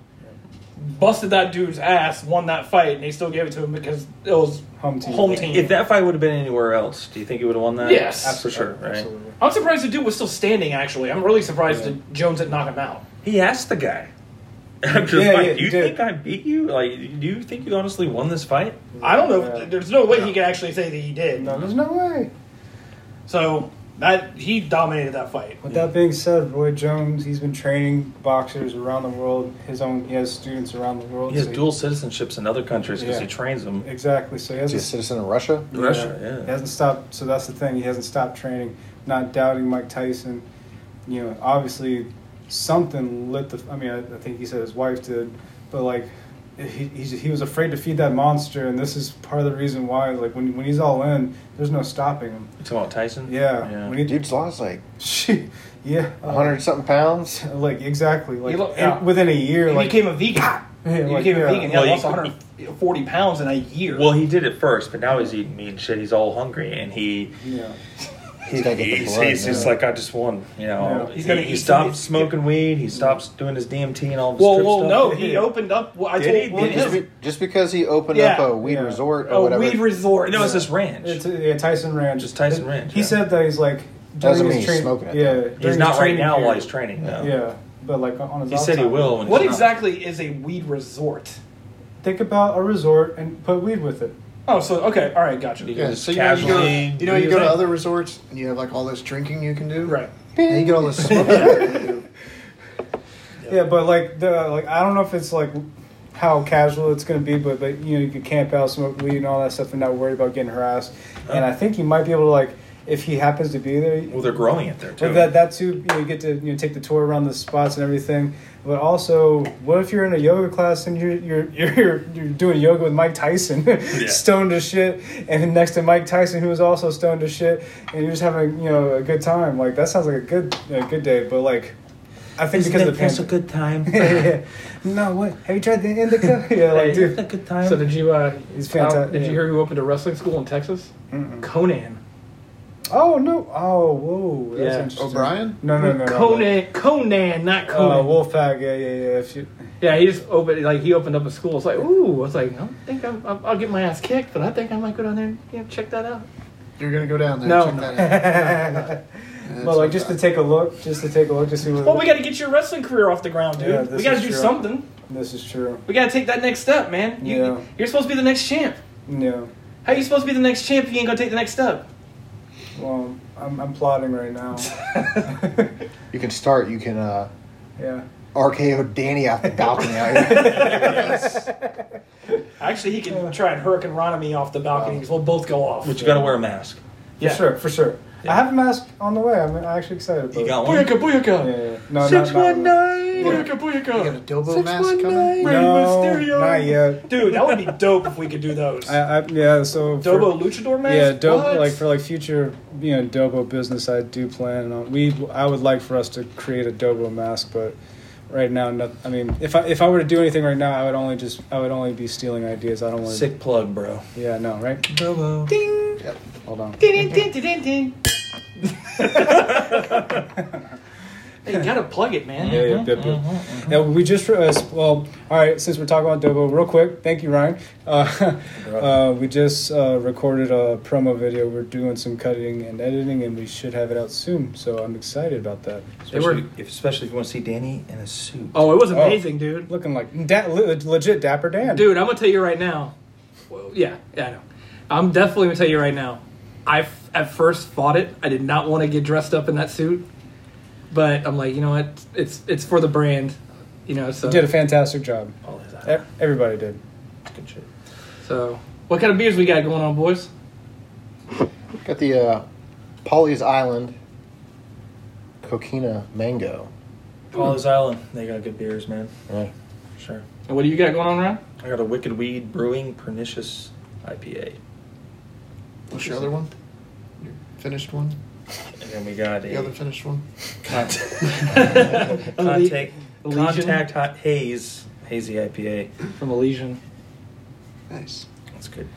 C: Busted that dude's ass, won that fight, and they still gave it to him because it was
F: Home team.
C: Home team.
D: If that fight would have been anywhere else, do you think he would have won that?
C: Yes.
D: for sure. Right.
F: Absolutely.
C: I'm surprised the dude was still standing. Actually, I'm really surprised that Jones didn't knock him out.
D: He asked the guy. After
F: Yeah,
D: the fight,
F: yeah,
D: do you
F: dude.
D: think I beat you? Like, do you think you honestly won this fight?
C: I don't know. if-
F: Yeah.
C: There's no way he could actually say that he did.
F: No, there's no way.
C: So that he dominated that fight.
F: With that being said, Roy Jones, he's been training boxers around the world. His own, he has students around the world.
D: He has
F: so
D: dual citizenships in other countries because
F: Yeah.
D: he trains them.
F: Exactly. So he
B: Is he a
F: hasn't.
B: citizen of Russia?
F: yeah,
D: Russia,
F: He
D: yeah.
F: hasn't stopped. So that's the thing. He hasn't stopped training. Not doubting Mike Tyson. You know, obviously, something lit the. I mean, I, I think he said his wife did, but like. He, he's, he was afraid to feed that monster, and this is part of the reason why. Like when, when he's all in, there's no stopping him.
D: You talking about Tyson?
F: Yeah,
D: Yeah.
F: when he
B: Dude's lost like
F: she, yeah,
D: Uh,
B: hundred something pounds.
F: like exactly, like
C: looked-
F: in-
C: yeah.
F: within a year,
C: He
F: like
C: became a vegan.
F: Yeah,
C: he
F: like,
C: became
F: yeah.
C: a vegan. Yeah,
D: Well,
C: lost
D: he-
C: 140 pounds in a year.
D: Well, he did it first, but now he's eating meat and shit. He's all hungry, and he
F: yeah.
B: He's gotta get the
D: he's,
B: blood,
D: he's just
B: yeah.
D: like I just won. You know,
F: Yeah.
C: He's
D: he's
C: gonna
D: gonna he,
C: eat
D: stops
C: some-
D: smoking weed. He stops doing his DMT and all this.
C: well,
D: trip
C: well,
D: stuff.
C: no, he opened up. well, I
D: Did he?
C: told well,
D: Did
B: just,
C: his-
B: be, just because he opened
C: Yeah.
B: up a weed
F: Yeah.
B: resort or
C: a
B: whatever.
C: weed resort.
D: No, it's this ranch.
F: It's yeah, Tyson Ranch.
D: Just Tyson Ranch,
F: He
D: yeah.
F: said that he's like
B: Doesn't
F: during his
B: mean he's
F: train-
B: smoking it,
F: Yeah,
B: though.
F: during
D: he's
F: his
D: not right
F: training
D: now while
F: period.
D: he's training. No.
F: Yeah, but like on his.
D: He
F: off
D: said he
F: time.
D: will. When
C: what
D: he's not.
C: exactly is a weed resort?
F: Think about a resort and put weed with it.
C: Oh, so okay, all right, gotcha.
E: Yeah,
D: Just
E: so you know you go,
D: casually
E: you, know,
D: do
E: you
D: your
E: go to
D: thing.
E: other resorts and you have like all this drinking you can do.
C: Right.
E: And you get all this smoking you can do.
F: Yeah, but like the like I don't know if it's like how casual it's gonna be, but but you know you could camp out, smoke weed, and all that stuff, and not worry about getting harassed. And
D: Uh-huh.
F: I think you might be able to like if he happens to be there.
D: Well, they're growing it there
F: But
D: too.
F: that that too, you, know, you get to you know, take the tour around the spots and everything. But also, what if you're in a yoga class and you're you're you're, you're doing yoga with Mike Tyson, stoned to shit, and then next to Mike Tyson who is also stoned to shit, and you're just having you know a good time. Like that sounds like a good a good day, but like. I think because of the pandemic.
D: good time?
F: no, what? Have you tried the indica? yeah, like dude.
D: good time?
J: So did you? Uh,
F: He's fantastic,
J: Did
F: yeah.
J: you hear who opened a wrestling school in Texas? Conan.
F: Oh no! Oh whoa! That's
J: Yeah.
F: interesting.
E: O'Brien?
F: No, no, no, no.
J: Conan. Conan, not
F: Oh,
J: Conan.
F: Wolfpack. Yeah, yeah, yeah. If you,
J: yeah, he just opened like he opened up a school. It's like, ooh, I was like, I don't think I'm, I'm, I'll get my ass kicked, but I think I might go down there and you know, check that out.
E: You're gonna go down there.
J: No.
E: Check that out.
F: well, like just to take a look, just to take a look to see what.
C: Well, we got to get your wrestling career off the ground, dude.
F: Yeah, this
C: we got to
F: is
C: do
F: true.
C: something.
F: This is true.
C: We got to take that next step, man. You,
F: Yeah.
C: You're supposed to be the next champ.
F: No,
C: How you supposed to be the next champ if you ain't gonna take the next step?
F: well, I'm, I'm plotting right now.
B: You can start. You can uh,
F: yeah.
B: RKO Danny off the balcony out here.
C: Actually, he can try and hurricane Ronami off the balcony because we'll both go off.
D: But you gotta wear a mask.
C: Yeah.
F: For sure, for sure. I have a mask on the way. I'm actually excited about
D: You
F: it.
D: got one.
C: Booyaka,
F: Yeah,
C: booyaka!
F: yeah, yeah. No, not, not
C: Booyaka,
E: You got a
C: booyaka!
E: Dobo mask coming?
F: No,
C: Mysterio.
F: not yet.
C: Dude, that would be dope if we could do those.
F: I, I, yeah, so for-
C: Dobo luchador mask?
F: Yeah, dope.
C: What?
F: Like for like future, you know, Dobo business, I do plan on. We, I would like for us to create a Dobo mask, but right now, no, I mean, if I if I were to do anything right now, I would only just I would only be stealing ideas. I don't want. to
D: Sick plug, bro.
F: Yeah, no, right?
D: Dobo.
C: Ding!
F: Hold on.
C: Ding, ding, ding, ding, ding, ding. Hey, you gotta plug it, man.
F: Yeah, yeah, yep, yep. Now, we just uh, s- well, all right. Since we're talking about Dobo, real quick, thank you, Ryan. Uh, uh, we just uh, recorded a promo video. We're doing some cutting and editing, and we should have it out soon. So I'm excited about that.
J: They were-
D: Especially, if, especially if you want to see Danny in a suit.
J: Oh, it was
F: Oh.
J: amazing, dude.
F: Looking like da- le- legit Dapper Dan.
J: Dude, I'm gonna tell you right now. Well, yeah, yeah, I know. I'm definitely gonna tell you right now. I f- at first fought it. I did not want to get dressed up in that suit, but I'm like, you know what? It's it's for the brand.
K: You know, so
F: You did a fantastic job.
D: All his
F: E- Everybody did.
E: Oh.
D: good shit.
K: so what kind of beers we got going on, boys?
B: Got the uh, Polly's Island Coquina Mango.
D: Paul's Island, they got good beers, man.
B: Yeah.
D: Sure.
K: And what do you got going on, Ryan?
D: I got a Wicked Weed Brewing Pernicious IPA.
E: What's your other one? Your finished one?
D: And then we got
E: The other
D: a
E: finished one?
D: contact, contact,
K: Elysian?
D: contact hot haze, hazy IPA.
K: From Elysian.
E: Nice.
D: That's good.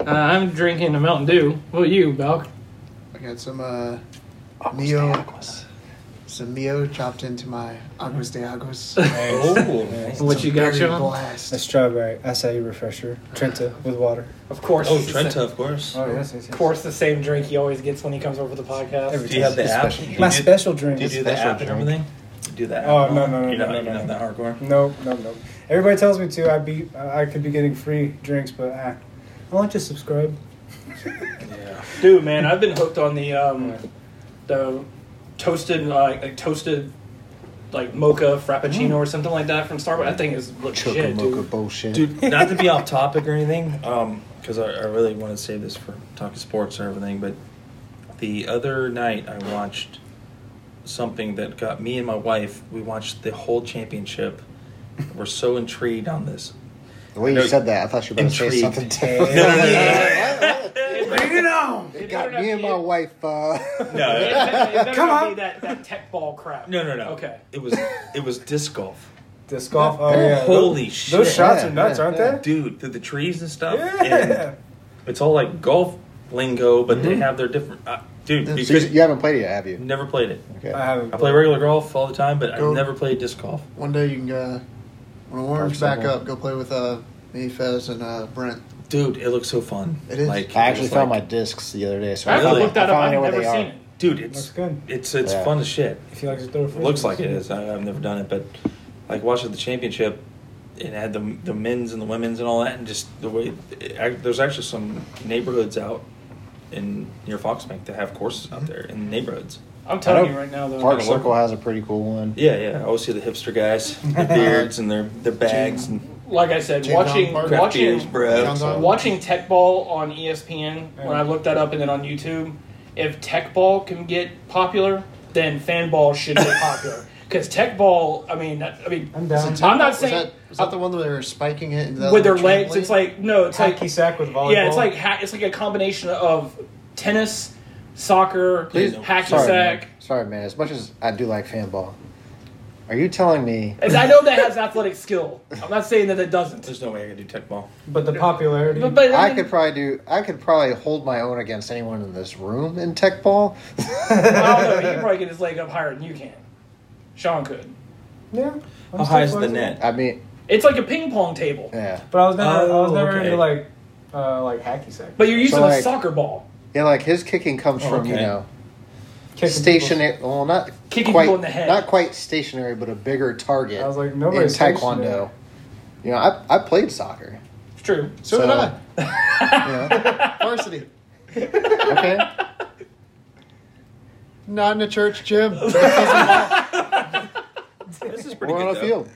K: Uh, I'm drinking a Mountain Dew. What about you, Balk?
E: I got some uh, Mio, some Mio chopped into my Aguas de Aguas.
D: Oh,
F: Nice.
K: What you got,
E: Berry
K: Sean?
F: A
E: Blast.
F: strawberry acai E refresher, Trenta with water.
C: Of course.
D: oh
C: it's the
D: Trenta,
C: same-
D: of course.
F: Oh yes, yes,
C: Of course, the same drink he always gets when he comes over to the podcast.
F: Every-
D: Do you have the
B: It's
D: app?
B: special.
D: Do you
F: My
D: do-
F: special drink.
D: Do you do the
B: special
D: app and
B: drink.
D: everything? You do that.
F: Oh, no, no, no,
D: You're
F: no,
D: not,
F: no,
D: you're
F: no.
D: not that hardcore.
F: No, no, no. Everybody tells me to. I be I I could be getting free drinks, but ah, I want to subscribe.
D: Yeah.
C: Dude, man, I've been hooked on the um, the toasted like, like toasted like mocha frappuccino or something like that from Starbucks. That thing is
B: Choco
C: legit,
B: Mocha
C: dude.
B: bullshit.
D: Dude, not to be off topic or anything, because I, I really want to save this for talking sports or everything, but the other night I watched something that got me and my wife, we watched the whole championship. We're so intrigued on this.
B: the way you
D: no,
B: said that, I thought you were about to say
D: intrigued.
B: something different.
C: Bring it on!
B: It got me and my wife. Uh,
D: No,
C: Come on! Be that, that tech ball crap.
D: no, no, no.
C: Okay.
D: It was it was disc golf.
F: Disc golf. Oh yeah.
D: Holy
F: those,
D: shit.
F: Those shots
B: Yeah,
F: are nuts,
B: yeah,
F: aren't
D: Dude, through the trees and stuff.
F: they?
D: And
F: Yeah.
D: it's all like golf lingo, but
B: Mm-hmm.
D: they have their different. Uh, dude,
B: so you,
D: because
B: you haven't played it yet, have you?
D: never played it.
B: Okay.
F: I haven't.
D: I play regular golf all the time, but
E: Go.
D: I've never played disc golf.
E: One day you can uh, when Warren's
B: Parks
E: back
B: Simple.
E: up, go play with uh, me, Fez, and uh, Brent.
D: Dude, it looks so fun.
E: It is.
D: Like,
B: I actually
D: it's
B: found
D: like-
B: my discs the other day, so
C: I have to
D: Really?
C: look that up.
B: found out
C: I've
B: where
C: never
B: they
C: seen
B: are.
C: it.
D: dude.
F: Looks
D: It's
F: good.
D: it's it's
B: Yeah.
D: fun as shit.
F: If you like to throw,
D: It looks like it is. I, I've never done it, but like watching the championship, it had the the men's and the women's and all that, and just the way I, there's actually some neighborhoods out in near Foxbank that have courses
E: Mm-hmm.
D: out there in the neighborhoods.
C: I'm
B: I
C: telling
B: know
C: you right now, though.
B: Park Circle has a pretty cool one.
D: Yeah, yeah. I always see the hipster guys, the beards and their their bags and
C: Like I said,
E: James
C: watching
E: Bond
D: craft
C: watching
D: beers, bro.
E: Sounds like-
C: Watching Tech Ball on E ESPN,
F: Yeah.
C: when I looked that up and then on YouTube, if Tech Ball can get popular, then Fan Ball should get popular. Because Tech Ball, I mean, that- I mean,
F: I'm
E: Is
F: down.
E: it
C: I'm not
E: was
C: saying-
E: that, was that the one where they were spiking it into the
C: with their
E: other
C: legs,
E: trampoline?
C: it's like no, it's like
F: Tacky sack with volleyball.
C: yeah, it's like ha- it's like a combination of tennis, soccer,
D: Please.
C: hacky
B: Sorry,
C: sack.
B: man. Sorry, man. As much as I do like fan ball, are you telling me
C: And I know that has athletic skill. I'm not saying that it doesn't.
D: There's no way I could do tech ball.
F: But the popularity.
C: But, but
B: I
C: mean,
B: could probably do? I could probably hold my own against anyone in this room in tech ball.
C: I don't know. He could probably get his leg up higher than you can. Sean could.
F: yeah. I'm
D: How
F: still
D: high is the
F: flexible.
D: net?
B: I mean,
C: It's like a ping pong table,
B: yeah,
F: But I was never. I was
D: Oh,
F: never
D: okay.
F: into like, uh, like hacky sack.
C: but you're using a
B: like-
C: soccer ball,
B: yeah. Like his kicking comes
D: Oh,
B: from you
D: okay.
B: know
F: Kicking
B: stationary. Well, not
C: Kicking
B: quite,
C: people in the head.
B: Not quite stationary, but a bigger target.
F: I was like,
B: in
F: nobody's stationary.
B: taekwondo. You know, I I played soccer.
C: It's true.
E: So, did I.
B: Yeah.
E: Varsity.
B: Okay.
E: Not in a church gym.
D: This is pretty
B: We're on
D: good.
B: a field.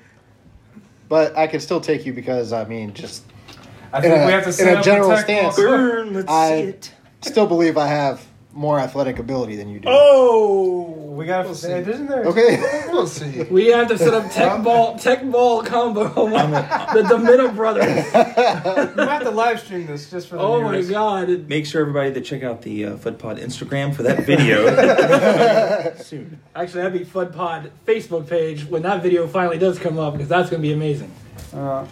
B: But I could still take you because I mean, just
F: people- I think
B: in a-
F: we have to
B: in
F: set
B: a
F: up the
B: general
F: tech
B: stance.
F: ball.
D: Burn, let's
B: I-
D: see it.
B: still believe I have more athletic ability than you do.
C: Oh,
F: We gotta. Isn't there?
B: Okay.
E: we'll see.
K: We have to set up tech ball tech ball combo. the Domino brothers.
F: We might have to live stream this just for the
K: Oh my
F: viewers.
K: god.
D: Make sure everybody to check out the uh, FootPod Instagram for that video. Soon.
K: Actually, that'd be Fud Pod Facebook page when that video finally does come up because that's gonna be amazing.
F: Uh,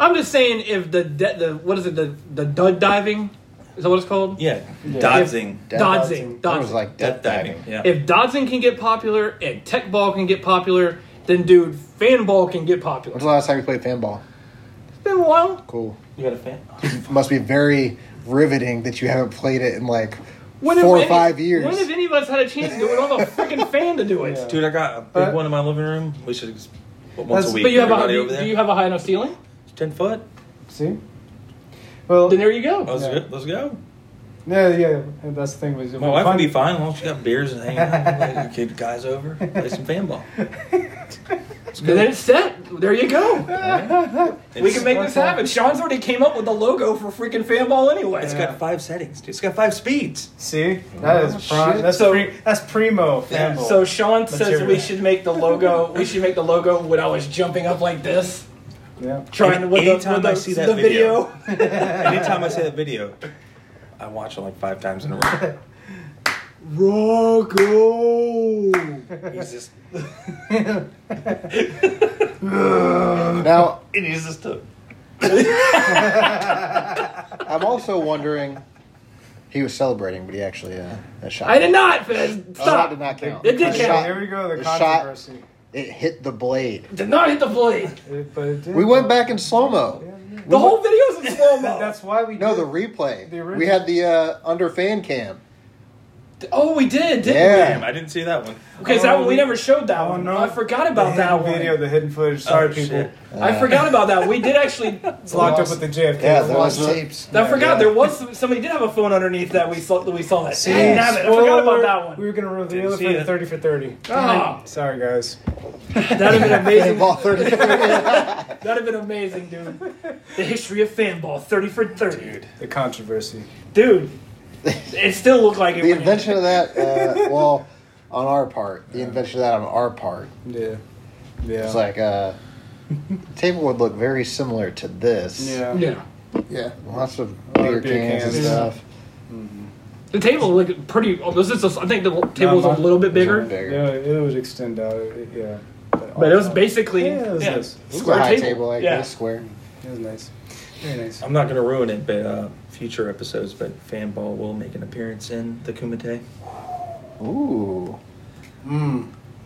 K: I'm just saying if the de- the what is it the the dud diving is that what it's called?
D: Yeah, dodging.
K: Dodzing.
B: That was
K: Dodzing.
B: like death
D: Death diving.
B: diving.
D: Yeah.
K: If Dodzing can get popular and Tech Ball can get popular, then dude, fan ball can get popular.
B: When's the last time you played fanball?
K: It's been a while.
B: Cool.
D: you got a fan?
B: Must be very riveting that you haven't played it in like
K: When have
B: four or
K: any-
B: five years.
K: When have any of us had a chance to do it? We don't have a freaking fan to do it.
F: Yeah.
D: Dude, I got a big
F: But-
D: one in my living room. We should ex- well, once
F: That's-
D: a week.
K: But you have a high,
D: everybody over
K: do
D: there.
K: you have a high enough ceiling?
D: ten foot.
F: see. Well,
K: Then there you go.
D: Let's
F: Yeah.
D: go. Let's go.
F: yeah, yeah. That's the thing. Was
D: My wife would be fine. Why don't you got beers and hang out? Like, kid guys over, play some fan ball.
C: And then it's set. There you go. we can make this happen. Sean's already came up with the logo for freaking Fanball anyway.
D: It's got five settings, dude. It's got five speeds.
F: See, that is
B: Oh,
F: prime.
E: shit.
F: That's
C: So-
F: pre, that's primo. Fanboy.
C: So Sean says
F: Material.
C: we should make the logo. We should make the logo when I was jumping up like this,
F: yeah.
C: trying to with the,
D: Anytime
C: with the,
D: I see that
C: the
D: video.
C: video.
D: Anytime I see that video, I watch it like five times in a row. He's just,
B: Now,
D: it is just a.
B: I'm also wondering. He was celebrating, but he actually uh, a shot.
C: I did not. Fizz.
B: A shot
C: Stop.
B: did not count.
C: It did
B: A
C: count.
B: shot-
F: Here we go. The,
B: the shot-
F: controversy.
B: It hit the blade.
C: Did not hit the blade.
F: It- but it did.
B: We went back in slow mo.
C: The whole video's in slow
F: That-
C: mo.
F: That's why we
B: No,
F: do
B: the replay.
F: The
B: we had the uh, under fan cam.
C: Oh, we did, didn't
B: Yeah.
D: Damn, I didn't see that one.
C: we? Because that one we never showed that
F: Oh,
C: one.
F: no.
C: I forgot
F: the
C: about that
F: hidden
C: one.
F: video, the hidden footage. Sorry,
D: Oh,
F: people.
D: shit.
C: I forgot about that. We did actually.
F: It's locked up with the JFK.
B: Yeah,
F: one.
B: there was a,
E: tapes.
C: I forgot there was some, somebody did have a phone underneath that we saw. That we saw that.
B: See,
C: Damn it, I forgot about
F: Spoiler,
C: that one.
F: We were gonna reveal it
D: see
F: for the
D: it.
F: thirty for thirty.
C: Oh,
F: Sorry, guys.
C: that'd have been amazing.
B: ball 30.
C: That'd have been amazing, dude. The history of fanball, thirty for thirty, dude.
F: The controversy.
C: It still looked like it.
B: the
C: went in.
B: invention of that, uh, well, on our part, the invention of that on our part,
F: Yeah. Yeah.
B: it's like uh, the table would look very similar to this.
F: yeah.
L: Yeah.
E: Yeah.
B: Lots of beer,
F: Other beer
B: cans,
F: cans.
B: and stuff.
L: The table looked pretty. Oh, this is. I think the table was
F: much.
L: a little bit bigger,
B: Bigger.
F: Yeah, it would extend out. it- yeah.
L: but it was basically.
F: Yeah, it was
L: yeah.
F: nice.
B: Square high table,
L: table.
B: like
L: Yeah.
B: this, square.
F: It was nice. Very nice.
D: I'm not going to ruin it, but uh, future episodes, but Fanball will make an appearance in the Kumite.
B: Ooh.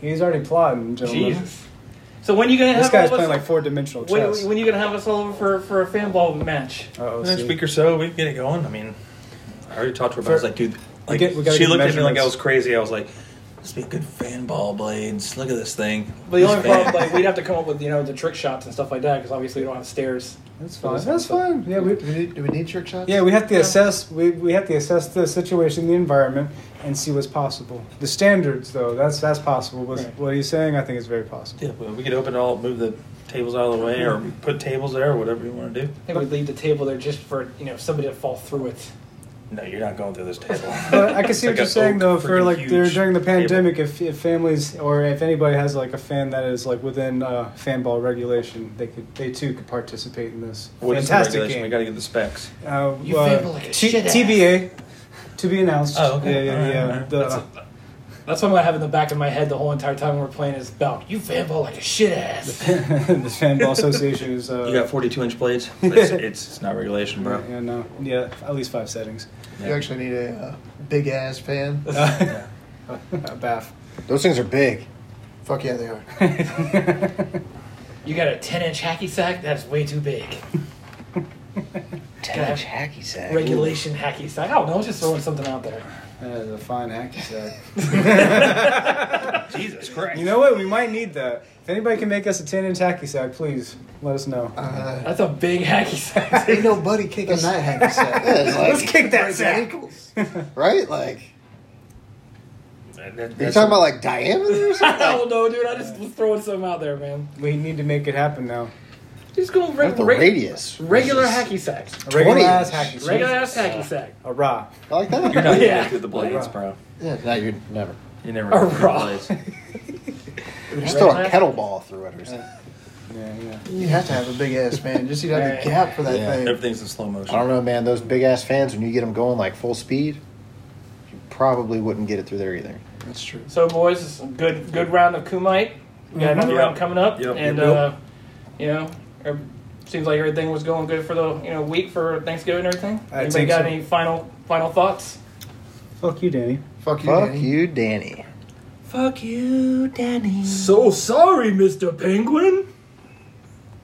F: He's already plotting, gentlemen.
C: Jesus. So when you gonna
F: This
C: have
F: guy's
C: all of us,
F: playing like four dimensional
C: when,
F: chess.
C: when you gonna have us all over for, for a fanball match?
F: Uh-oh,
D: Next
F: see.
D: week or so, we can get it going. I mean, I already talked to her about it. I was like, dude, like,
F: get- we gotta
D: she
F: get
D: looked at me like I
F: measurements.
D: was crazy. I was like, this would be a good Fanball Blades. Look at this thing.
C: But the only
D: This fan-
C: problem, like, we'd have to come up with you know the trick shots and stuff like that because obviously we don't have stairs.
F: That's fine. That's fine. Yeah, we.
E: Do we, need, do we need trick shots?
F: Yeah, we have to assess. We, we have to assess the situation, the environment, and see what's possible. The standards, though, that's that's possible. Was
C: Right.
F: what he's saying? I think it's very possible.
D: Yeah, well, we could open it all, move the tables out of the way, or put tables there, or whatever you want to do.
C: I think we'd leave the table there just for you know somebody to fall through it.
D: No, you're not going through this table.
F: But I can
D: It's
F: see what you're
D: like a
F: saying,
D: oak
F: though. For
D: freaking
F: like there,
D: huge
F: during the
D: table.
F: pandemic, if, if families or if anybody has like a fan that is like within uh, fanball regulation, they could they too could participate in this
D: What is the
F: fantastic
D: regulation? We
F: game.
D: got to get the specs.
F: Uh,
C: You
F: uh,
C: fanball like a
F: T-
C: shit ass.
F: TBA to be announced.
D: Oh, okay.
F: Yeah, yeah,
D: Alright,
F: yeah.
D: alright.
F: The-
C: That's what I'm gonna have in the back of my head the whole entire time we're playing is about you fanball like a shit ass.
F: the fanball association is. Uh,
D: You got 42 inch blades. It's, it's, it's not regulation, bro.
F: yeah, no, yeah, at least five settings.
E: You actually need a uh, big ass fan.
F: A bath.
B: Those things are big.
E: Fuck yeah, they are.
C: You got a 10 inch hacky sack? That's way too big.
B: 10 inch hacky sack.
C: Regulation hacky sack. I don't know. Just throwing something out there.
F: That is a fine hacky sack.
D: Jesus Christ.
F: you know what? We might need that. If anybody can make us a 10 inch hacky sack, please let us know.
E: Uh,
C: That's a big hacky sack.
E: ain't nobody kicking that hacky sack.
B: Yeah, it's like-
F: kick that
E: ankles.
B: right? Like,
D: That-
B: are you
D: that's-
B: talking about like diameter or
C: I
B: something?
C: don't know, dude. I just was throwing something out there, man.
F: We need to make it happen now.
C: Just go
B: What
C: reg-
B: the
C: reg-
B: radius?
C: regular hacky sacks.
F: A regular
B: 20
F: ass
B: inch.
F: hacky sack.
C: Regular ass hacky sack.
F: A raw.
B: I like that.
D: You're not gonna
C: Yeah.
D: get through the blades, bro.
B: yeah, no, you never.
D: You never
C: A
D: get through the
C: rock.
D: blades.
B: Just throw a kettleball through it or something.
F: Yeah, yeah.
E: You have to have a big ass fan. Just you have
C: Right.
E: the gap for that
B: Yeah.
E: thing.
D: Everything's in slow motion.
B: I don't know, man. Those big ass fans, when you get them going like full speed, you probably wouldn't get it through there either.
E: That's true.
C: So, boys, it's a good good round of Kumite. We got another
D: Yep.
C: round coming up,
D: Mm-hmm. Yep.
C: and
D: Yep.
C: uh, you know, er- seems like everything was going good for the you know week for Thanksgiving and everything.
F: I
C: Anybody
F: think
C: got
F: so.
C: any final final thoughts?
F: Fuck you, Danny.
E: Fuck you,
B: Fuck
E: Danny.
B: you, Danny.
D: Fuck you, Danny.
C: So sorry, Mr. Penguin.